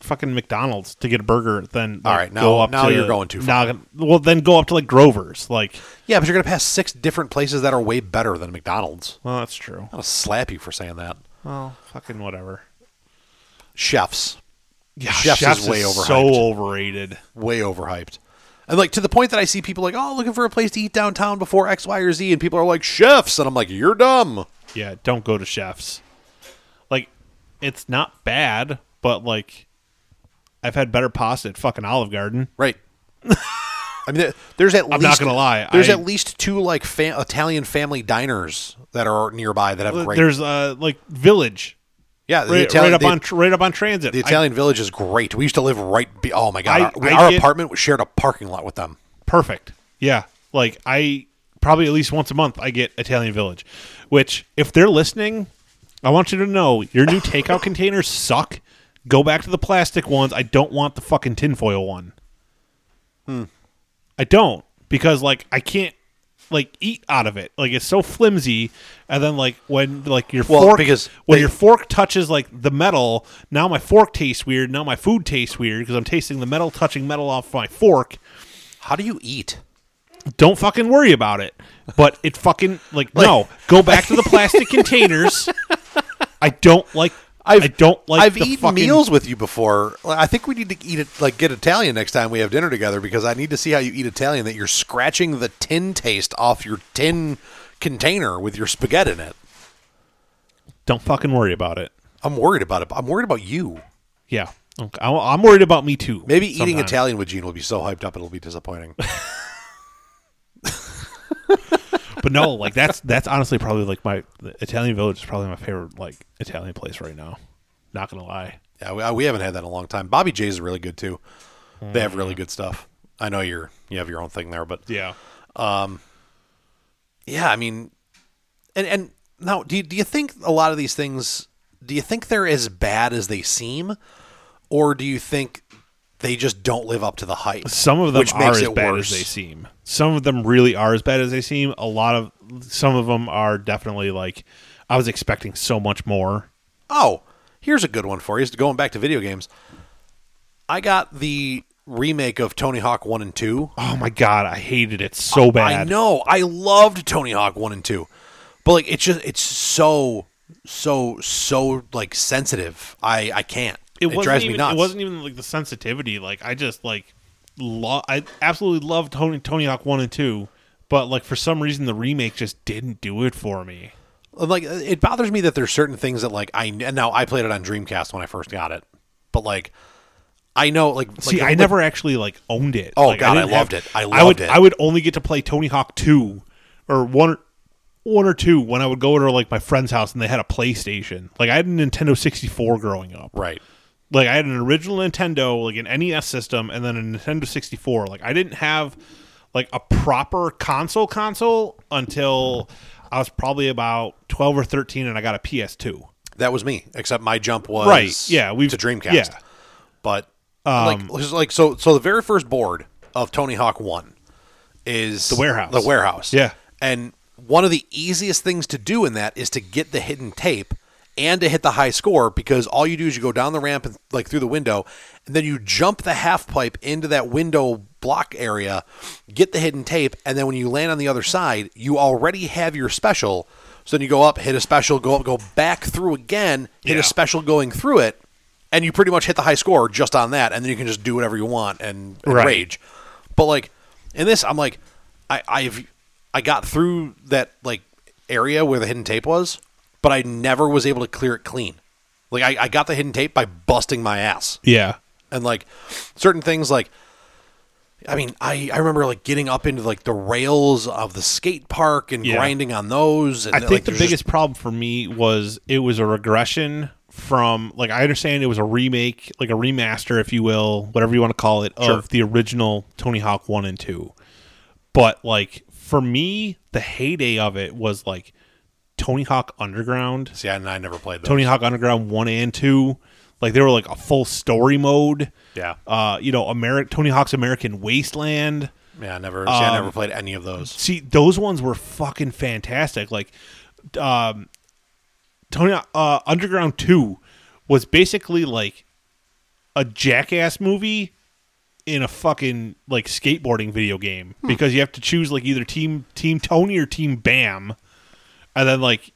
[SPEAKER 4] fucking McDonald's to get a burger than like,
[SPEAKER 2] All right, now-
[SPEAKER 4] go up
[SPEAKER 2] now
[SPEAKER 4] to-
[SPEAKER 2] you're going too far.
[SPEAKER 4] Now, well, then go up to like Grover's. Like,
[SPEAKER 2] Yeah, but you're gonna pass six different places that are way better than McDonald's.
[SPEAKER 4] well, that's true.
[SPEAKER 2] I'll slap you for saying that.
[SPEAKER 4] Well, fucking whatever.
[SPEAKER 2] Chefs,
[SPEAKER 4] Yeah,
[SPEAKER 2] Chef's is way
[SPEAKER 4] So
[SPEAKER 2] overhyped.
[SPEAKER 4] overrated.
[SPEAKER 2] way overhyped, and like to the point that I see people like, oh, looking for a place to eat downtown before X, Y, or Z, and people are like chefs, and I'm like, you're dumb.
[SPEAKER 4] Yeah, don't go to chefs. Like, it's not bad, but like, I've had better pasta at fucking Olive Garden.
[SPEAKER 2] Right. I mean, there- there's at
[SPEAKER 4] I'm
[SPEAKER 2] least,
[SPEAKER 4] not gonna lie,
[SPEAKER 2] There's
[SPEAKER 4] I-
[SPEAKER 2] at least two like fa- Italian family diners that are nearby that have great.
[SPEAKER 4] There's uh like Village
[SPEAKER 2] yeah, the
[SPEAKER 4] right,
[SPEAKER 2] Italian,
[SPEAKER 4] right up
[SPEAKER 2] the,
[SPEAKER 4] on right up on Transit.
[SPEAKER 2] the Italian Village is great. We used to live right. Be- oh my god,
[SPEAKER 4] I-
[SPEAKER 2] our, we-
[SPEAKER 4] I
[SPEAKER 2] our
[SPEAKER 4] get-
[SPEAKER 2] apartment shared a parking lot with them.
[SPEAKER 4] I- perfect. Yeah, like I probably at least once a month I get Italian Village, which if they're listening, I want you to know your new takeout containers suck. Go back to the plastic ones. I don't want the fucking tinfoil one.
[SPEAKER 2] Hmm.
[SPEAKER 4] I don't because like I can't like eat out of it. Like it's so flimsy, and then like when like your
[SPEAKER 2] Well,
[SPEAKER 4] fork
[SPEAKER 2] because
[SPEAKER 4] when
[SPEAKER 2] they-
[SPEAKER 4] your fork touches like the metal, now my fork tastes weird. Now my food tastes weird because I'm tasting the metal touching metal off my fork.
[SPEAKER 2] How do you eat?
[SPEAKER 4] Don't fucking worry about it. But it fucking like, no. Go back to the plastic containers. I don't like. I've, I do not like.
[SPEAKER 2] I've
[SPEAKER 4] the
[SPEAKER 2] eaten
[SPEAKER 4] fucking,
[SPEAKER 2] meals with you before. Like, I think we need to eat it like get Italian next time we have dinner together because I need to see how you eat Italian that you're scratching the tin taste off your tin container with your spaghetti in it.
[SPEAKER 4] Don't fucking worry about it.
[SPEAKER 2] I'm worried about it. I'm worried about you.
[SPEAKER 4] Yeah, okay. I, I'm worried about me too.
[SPEAKER 2] Maybe eating
[SPEAKER 4] sometimes.
[SPEAKER 2] Italian with Gene will be so hyped up it'll be disappointing.
[SPEAKER 4] but no, like that's that's honestly probably like my the Italian Village is probably my favorite like Italian place right now. Not gonna lie.
[SPEAKER 2] yeah, we, we haven't had that in a long time. Bobby J's is really good too. They have
[SPEAKER 4] Mm.
[SPEAKER 2] really good stuff. I know you're you have your own thing there, but
[SPEAKER 4] Yeah.
[SPEAKER 2] yeah, I mean, and and now, do you, do you think a lot of these things? Do you think they're as bad as they seem, or do you think they just don't live up to the hype?
[SPEAKER 4] Some of them
[SPEAKER 2] which
[SPEAKER 4] are
[SPEAKER 2] makes
[SPEAKER 4] as
[SPEAKER 2] it
[SPEAKER 4] bad
[SPEAKER 2] worse.
[SPEAKER 4] as they seem. Some of them really are as bad as they seem. A lot of some of them are definitely like I was expecting so much more.
[SPEAKER 2] Oh, here's a good one for you. Is going back to video games. I got the remake of Tony Hawk One and Two.
[SPEAKER 4] Oh my god, I hated it so bad.
[SPEAKER 2] I know. I loved Tony Hawk One and Two, but like it's just it's so so so like sensitive. I I can't. It,
[SPEAKER 4] wasn't
[SPEAKER 2] drives
[SPEAKER 4] even,
[SPEAKER 2] me nuts.
[SPEAKER 4] It wasn't even like the sensitivity. Like I just like lo- I absolutely love Tony Tony Hawk one and two, but like for some reason the remake just didn't do it for me.
[SPEAKER 2] like uh, it bothers me that there's certain things that like I and now I played it on Dreamcast when I first got it, but like I know like
[SPEAKER 4] See,
[SPEAKER 2] like,
[SPEAKER 4] I never actually like owned it.
[SPEAKER 2] Oh,
[SPEAKER 4] Like,
[SPEAKER 2] God, I
[SPEAKER 4] didn't
[SPEAKER 2] loved it. I
[SPEAKER 4] would,
[SPEAKER 2] loved it.
[SPEAKER 4] I would only get to play Tony Hawk two or one, one or two when I would go to like my friend's house and they had a PlayStation. Like I had a Nintendo sixty four growing up.
[SPEAKER 2] right.
[SPEAKER 4] Like I had an original Nintendo, like an NES system, and then a Nintendo sixty four. Like I didn't have like a proper console console until I was probably about twelve or thirteen, and I got a PS two.
[SPEAKER 2] That was me. Except my jump was
[SPEAKER 4] Right. Yeah, we've
[SPEAKER 2] to Dreamcast.
[SPEAKER 4] Yeah. Um,
[SPEAKER 2] But like, just like so, so the very first board of Tony Hawk One is the
[SPEAKER 4] warehouse.
[SPEAKER 2] The warehouse.
[SPEAKER 4] Yeah.
[SPEAKER 2] And one of the easiest things to do in that is to get the hidden tape and to hit the high score because all you do is you go down the ramp and like through the window and then you jump the half pipe into that window block area, get the hidden tape, and then when you land on the other side, you already have your special. So then you go up, hit a special, go up, go back through again, hit
[SPEAKER 4] Yeah.
[SPEAKER 2] a special going through it, and you pretty much hit the high score just on that, and then you can just do whatever you want and, and
[SPEAKER 4] Right.
[SPEAKER 2] rage. But like in this, I'm like, I, I've I got through that like area where the hidden tape was, but I never was able to clear it clean. Like I, I got the hidden tape by busting my ass
[SPEAKER 4] Yeah.
[SPEAKER 2] and like certain things like i mean i i remember like getting up into like the rails of the skate park and
[SPEAKER 4] Yeah.
[SPEAKER 2] grinding on those and
[SPEAKER 4] I
[SPEAKER 2] like,
[SPEAKER 4] think the
[SPEAKER 2] there's just-
[SPEAKER 4] biggest problem for me was it was a regression from like I understand it was a remake, like a remaster, if you will, whatever you want to call it, of the original Tony Hawk one and two. But like for me, the heyday of it was like Tony Hawk Underground.
[SPEAKER 2] see I, I never played those.
[SPEAKER 4] Tony Hawk Underground one and two. Like they were like a full story mode.
[SPEAKER 2] Yeah.
[SPEAKER 4] Uh, you know, Ameri- Tony Hawk's American Wasteland.
[SPEAKER 2] yeah I never see,
[SPEAKER 4] Um,
[SPEAKER 2] i never played any of those
[SPEAKER 4] See, those ones were fucking fantastic. Like, um, Tony uh, Underground Two was basically like a jackass movie in a fucking like skateboarding video game because you have to choose like either team team Tony or team Bam, and then like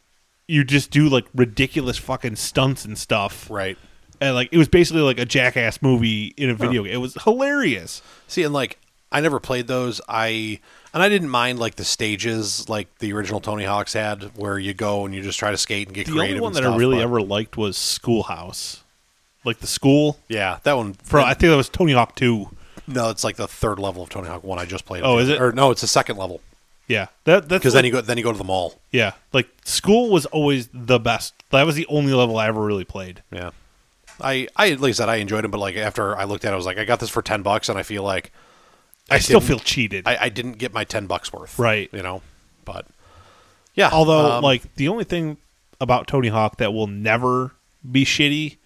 [SPEAKER 4] you just do like ridiculous fucking stunts and stuff.
[SPEAKER 2] right
[SPEAKER 4] And like it was basically like a jackass movie in a video game. It was hilarious.
[SPEAKER 2] see and like i never played those i and i didn't mind like the stages like the original tony hawks had where you go and you just try to skate and get
[SPEAKER 4] The
[SPEAKER 2] creative
[SPEAKER 4] only one
[SPEAKER 2] and
[SPEAKER 4] that I
[SPEAKER 2] stuff,
[SPEAKER 4] really
[SPEAKER 2] but-
[SPEAKER 4] ever liked was Schoolhouse, like the school.
[SPEAKER 2] yeah that one
[SPEAKER 4] For I think that was Tony Hawk Two.
[SPEAKER 2] no it's like the third level of tony hawk one i just played
[SPEAKER 4] Oh, is it?
[SPEAKER 2] or no it's the second level
[SPEAKER 4] Yeah, that that's
[SPEAKER 2] because
[SPEAKER 4] like,
[SPEAKER 2] then you go then you go to the mall
[SPEAKER 4] yeah, like school was always the best. That was the only level I ever really played.
[SPEAKER 2] Yeah. I, I at least that I enjoyed it, but like after I looked at it, I was like, I got this for ten bucks, and I feel like
[SPEAKER 4] I, still
[SPEAKER 2] didn't-
[SPEAKER 4] feel cheated.
[SPEAKER 2] I, I didn't get my ten bucks worth,
[SPEAKER 4] Right.
[SPEAKER 2] You know, but yeah.
[SPEAKER 4] Although,
[SPEAKER 2] um,
[SPEAKER 4] like the only thing about Tony Hawk that will never be shitty,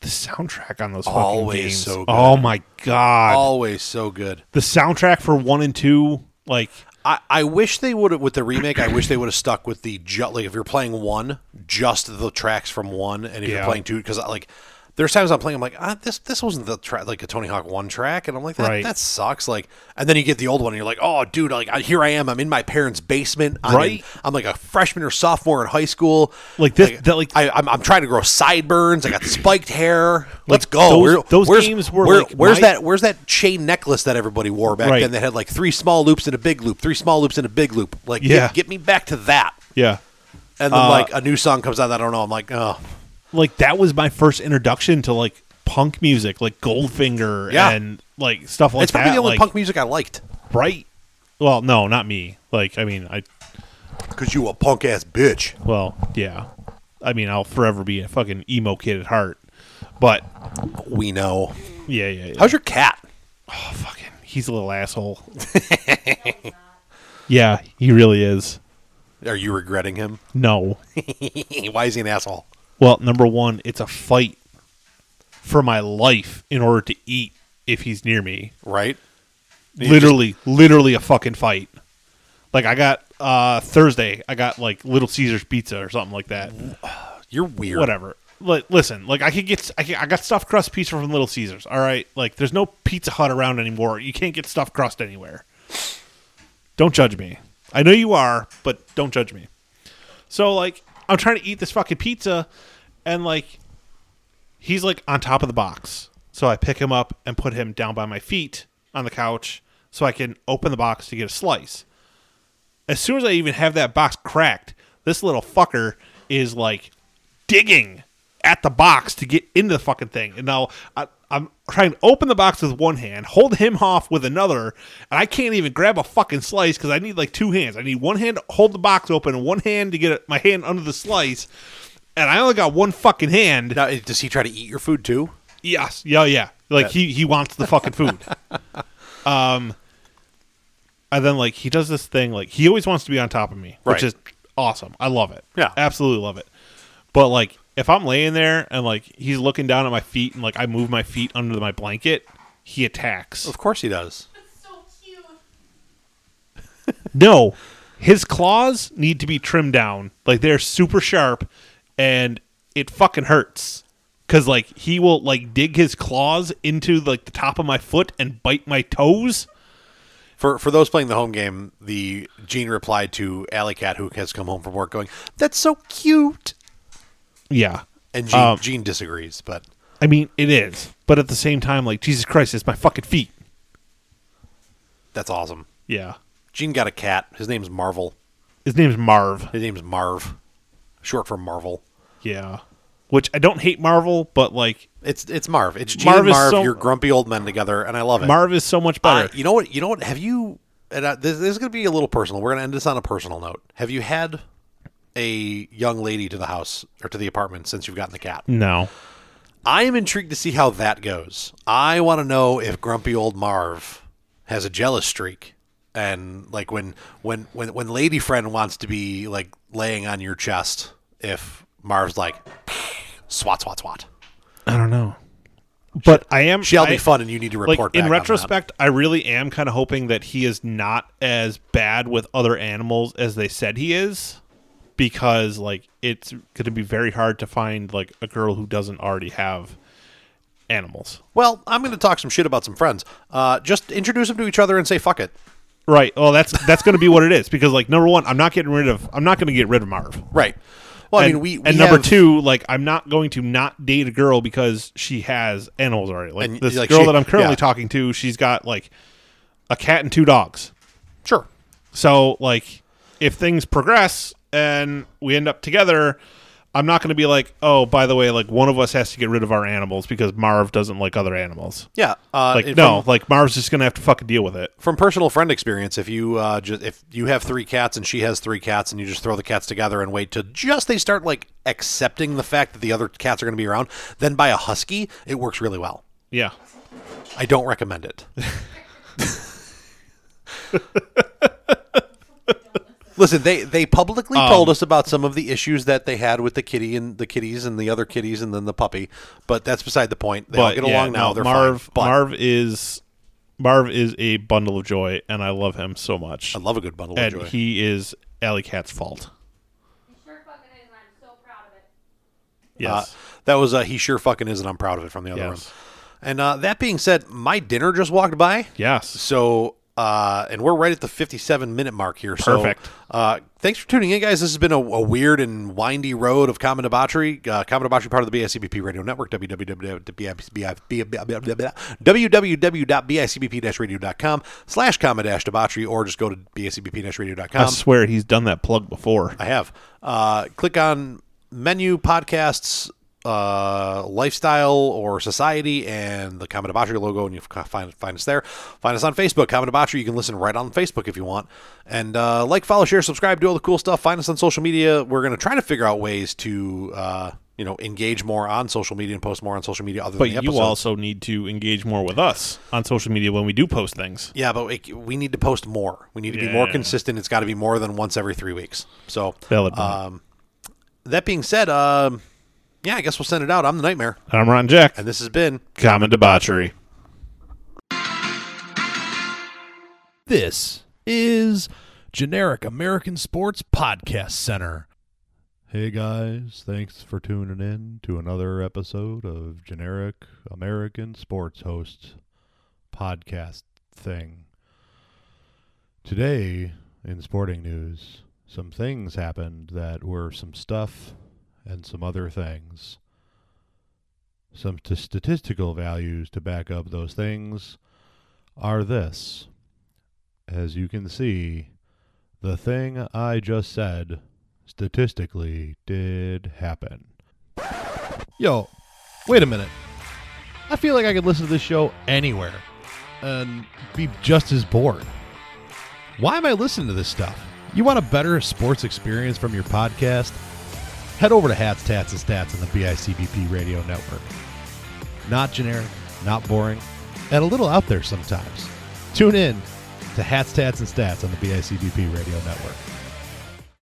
[SPEAKER 4] the soundtrack on those
[SPEAKER 2] Always
[SPEAKER 4] fucking games.
[SPEAKER 2] so good.
[SPEAKER 4] Oh my god,
[SPEAKER 2] always so good.
[SPEAKER 4] the soundtrack for one and two, like
[SPEAKER 2] I, I wish they would have with the remake. I wish they would have stuck with the ju- like if you're playing one, just the tracks from one, and if you're
[SPEAKER 4] Yeah.
[SPEAKER 2] playing two, because like there's times I'm playing, I'm like, ah, this this wasn't the track like a Tony Hawk one track, and I'm like, that,
[SPEAKER 4] Right.
[SPEAKER 2] that sucks. Like, and then you get the old one, and you're like, oh, dude, like I, here I am, I'm in my parents' basement, I'm in-
[SPEAKER 4] Right.
[SPEAKER 2] I'm like a freshman or sophomore in high school,
[SPEAKER 4] Like this- that, like-
[SPEAKER 2] I, I'm, I'm trying to grow sideburns, I got spiked hair. Let's go.
[SPEAKER 4] those-
[SPEAKER 2] Where-
[SPEAKER 4] those
[SPEAKER 2] where's-
[SPEAKER 4] games were,
[SPEAKER 2] where-
[SPEAKER 4] like,
[SPEAKER 2] where's
[SPEAKER 4] my-
[SPEAKER 2] that Uh, where's that chain necklace that everybody wore back
[SPEAKER 4] Right.
[SPEAKER 2] then that had like three small loops and a big loop, three small loops and a big loop. Like, get-
[SPEAKER 4] Yeah. Uh,
[SPEAKER 2] get, me back to that.
[SPEAKER 4] yeah,
[SPEAKER 2] And then like a new song comes out that I don't know. I'm like, oh,
[SPEAKER 4] like that was my first introduction to like punk music, like Goldfinger
[SPEAKER 2] Yeah.
[SPEAKER 4] and like stuff like
[SPEAKER 2] it's probably
[SPEAKER 4] that.
[SPEAKER 2] the only
[SPEAKER 4] like,
[SPEAKER 2] punk music I liked
[SPEAKER 4] right? Well, no, not me. Like I mean, I
[SPEAKER 2] because you a punk ass bitch.
[SPEAKER 4] Well, yeah. I mean, I'll forever be a fucking emo kid at heart. But
[SPEAKER 2] We know.
[SPEAKER 4] yeah, yeah, yeah.
[SPEAKER 2] How's your cat?
[SPEAKER 4] oh, fucking? He's a little asshole. yeah, he really is.
[SPEAKER 2] Are you regretting him?
[SPEAKER 4] No.
[SPEAKER 2] Why is he an asshole?
[SPEAKER 4] Well, number one, it's a fight for my life in order to eat if he's near me.
[SPEAKER 2] Right?
[SPEAKER 4] literally, literally a fucking fight. Like I got uh Thursday, I got like Little Caesars pizza or something like that.
[SPEAKER 2] You're weird.
[SPEAKER 4] whatever. Li- listen, like I could get, I, could, I got stuffed crust pizza from Little Caesars. All right, like there's no Pizza Hut around anymore. You can't get stuffed crust anywhere. Don't judge me. I know you are, but don't judge me. So like, I'm trying to eat this fucking pizza, and like, he's like on top of the box. So I pick him up and put him down by my feet on the couch so I can open the box to get a slice as soon as I even have that box cracked, this little fucker is like digging at the box to get into the fucking thing. And now I, I'm trying to open the box with one hand, hold him off with another, and I can't even grab a fucking slice because I need like two hands. I need one hand to hold the box open and one hand to get it- my hand under the slice. And I only got one fucking hand.
[SPEAKER 2] Now, eh, does he try to eat your food too?
[SPEAKER 4] Yes. Yeah. Yeah. Like he he wants the fucking food. um, and then like he does this thing like he always wants to be on top of me,
[SPEAKER 2] Right.
[SPEAKER 4] which is awesome. I love it.
[SPEAKER 2] Yeah.
[SPEAKER 4] Absolutely love it. But like if I'm laying there and like he's looking down at my feet and like I move my feet under my blanket, he attacks.
[SPEAKER 2] Of course he does.
[SPEAKER 5] That's so cute.
[SPEAKER 4] No, his claws need to be trimmed down. Like they're super sharp, and it fucking hurts. Cause like he will like dig his claws into like the top of my foot and bite my toes.
[SPEAKER 2] For for those playing the home game, the Gene replied to Alley Cat, who has come home from work, going, "That's so cute."
[SPEAKER 4] Yeah,
[SPEAKER 2] And Gene,
[SPEAKER 4] Um,
[SPEAKER 2] Gene disagrees, but
[SPEAKER 4] I mean it is, but at the same time, like Jesus Christ, it's my fucking feet.
[SPEAKER 2] that's awesome.
[SPEAKER 4] Yeah,
[SPEAKER 2] Gene got a cat. His name's Marvel.
[SPEAKER 4] his name's Marv.
[SPEAKER 2] His name's Marv, short for Marvel.
[SPEAKER 4] Yeah, which I don't hate Marvel, but like
[SPEAKER 2] It's it's Marv. It's Gene
[SPEAKER 4] Marv
[SPEAKER 2] and
[SPEAKER 4] is
[SPEAKER 2] Marv.
[SPEAKER 4] so-
[SPEAKER 2] Your grumpy old men together, and I love it.
[SPEAKER 4] Marv is so much
[SPEAKER 2] Uh,
[SPEAKER 4] better.
[SPEAKER 2] you know what? You know what? Have you? And uh, this, this is going to be a little personal. We're going to end this on a personal note. Have you had a young lady to the house or to the apartment since you've gotten the cat?
[SPEAKER 4] no,
[SPEAKER 2] I am intrigued to see how that goes. I want to know if grumpy old Marv has a jealous streak, and like when when when when lady friend wants to be like laying on your chest, if Marv's like swat swat swat.
[SPEAKER 4] I don't know. But I am.
[SPEAKER 2] She'll
[SPEAKER 4] I-
[SPEAKER 2] be fun, and you need to report.
[SPEAKER 4] like
[SPEAKER 2] back
[SPEAKER 4] in
[SPEAKER 2] on that.
[SPEAKER 4] retrospect i really am kind of hoping that he is not as bad with other animals as they said he is because like it's going to be very hard to find like a girl who doesn't already have animals
[SPEAKER 2] Well, I'm going to talk some shit about some friends. Uh, just introduce them to each other and say fuck it.
[SPEAKER 4] right well that's that's going to be what it is because like number one i'm not getting rid of i'm not going to get rid of marv
[SPEAKER 2] Right. Well, I
[SPEAKER 4] and,
[SPEAKER 2] mean, we, we
[SPEAKER 4] and number
[SPEAKER 2] have-
[SPEAKER 4] two, like I'm not going to not date a girl because she has animals already. Like
[SPEAKER 2] And,
[SPEAKER 4] this
[SPEAKER 2] like,
[SPEAKER 4] girl
[SPEAKER 2] she-
[SPEAKER 4] that I'm currently
[SPEAKER 2] yeah.
[SPEAKER 4] talking to, she's got like a cat and two dogs.
[SPEAKER 2] Sure.
[SPEAKER 4] So like if things progress and we end up together, I'm not going to be like, "Oh, by the way, like one of us has to get rid of our animals because Marv doesn't like other animals."
[SPEAKER 2] Yeah. Uh,
[SPEAKER 4] Like
[SPEAKER 2] and
[SPEAKER 4] no,
[SPEAKER 2] From,
[SPEAKER 4] like Marv's just going to have to fucking deal with it.
[SPEAKER 2] from personal friend experience, if you uh, just if you have three cats and she has three cats, and you just throw the cats together and wait till just they start like accepting the fact that the other cats are going to be around, then buy a husky. It works really well.
[SPEAKER 4] Yeah.
[SPEAKER 2] I don't recommend it. Listen, they they publicly told us about some of the issues that they had with the kitty and the kitties and the other kitties and then the puppy, but that's beside the point. They all
[SPEAKER 4] But
[SPEAKER 2] get
[SPEAKER 4] yeah,
[SPEAKER 2] along now.
[SPEAKER 4] no,
[SPEAKER 2] They're
[SPEAKER 4] Marv
[SPEAKER 2] fine. But
[SPEAKER 4] Marv is Marv is a bundle of joy and I love him so much.
[SPEAKER 2] I love a good bundle
[SPEAKER 4] and
[SPEAKER 2] of joy. Uh,
[SPEAKER 4] he is Alley Cat's fault.
[SPEAKER 5] It sure fucking is, and I'm so proud of it.
[SPEAKER 4] Yes.
[SPEAKER 2] Uh, that was uh, he sure fucking is, and I'm proud of it from the other
[SPEAKER 4] Yes.
[SPEAKER 2] room. And uh, that being said, my dinner just walked by.
[SPEAKER 4] yes.
[SPEAKER 2] So, uh, and we're right at the 57 minute mark here. So,
[SPEAKER 4] Perfect.
[SPEAKER 2] Uh, thanks for tuning in, guys. This has been a, a weird and windy road of common debauchery. Uh, common debauchery, part of the BICBP radio network, www.bicbp radio.com slash common dash debauchery, or just go to bicbp
[SPEAKER 4] I
[SPEAKER 2] radio.com.
[SPEAKER 4] swear he's done that plug before.
[SPEAKER 2] um, I have. Uh, click on menu podcasts, uh, lifestyle or society, and the Common Debauchery logo, and you'll fi- find find us there. Find us on Facebook, Common Debauchery. You can listen right on Facebook if you want, and uh, like, follow, share, subscribe, do all the cool stuff. Find us on social media. We're gonna try to figure out ways to. Uh, you know, engage more on social media and post more on social media. Other
[SPEAKER 4] But
[SPEAKER 2] than
[SPEAKER 4] you
[SPEAKER 2] the episodes.
[SPEAKER 4] also need to engage more with us on social media when we do post things.
[SPEAKER 2] yeah. But we, we need to post more. We need to be more
[SPEAKER 4] Yeah.
[SPEAKER 2] consistent. It's got to be more than once every three weeks. So
[SPEAKER 4] Valid point.
[SPEAKER 2] Um, that being said, um, yeah, I guess we'll send it out. I'm the Nightmare,
[SPEAKER 4] I'm Ron Jack.
[SPEAKER 2] and this has been
[SPEAKER 4] Common debauchery.
[SPEAKER 6] This is Generic American Sports Podcast Center.
[SPEAKER 3] Hey guys, thanks for tuning in to another episode of Generic American Sports Hosts podcast thing. Today, in sporting news, some things happened that were some stuff and some other things. Some t- statistical values to back up those things are this. As you can see, the thing I just said statistically did happen.
[SPEAKER 6] Yo, wait a minute. I feel like I could listen to this show anywhere and be just as bored. Why am I listening to this stuff? You want a better sports experience from your podcast? Head over to Hats, Tats, and Stats on the BICBP radio network. Not generic, not boring, and a little out there sometimes. Tune in to Hats, Tats, and Stats on the BICBP radio network.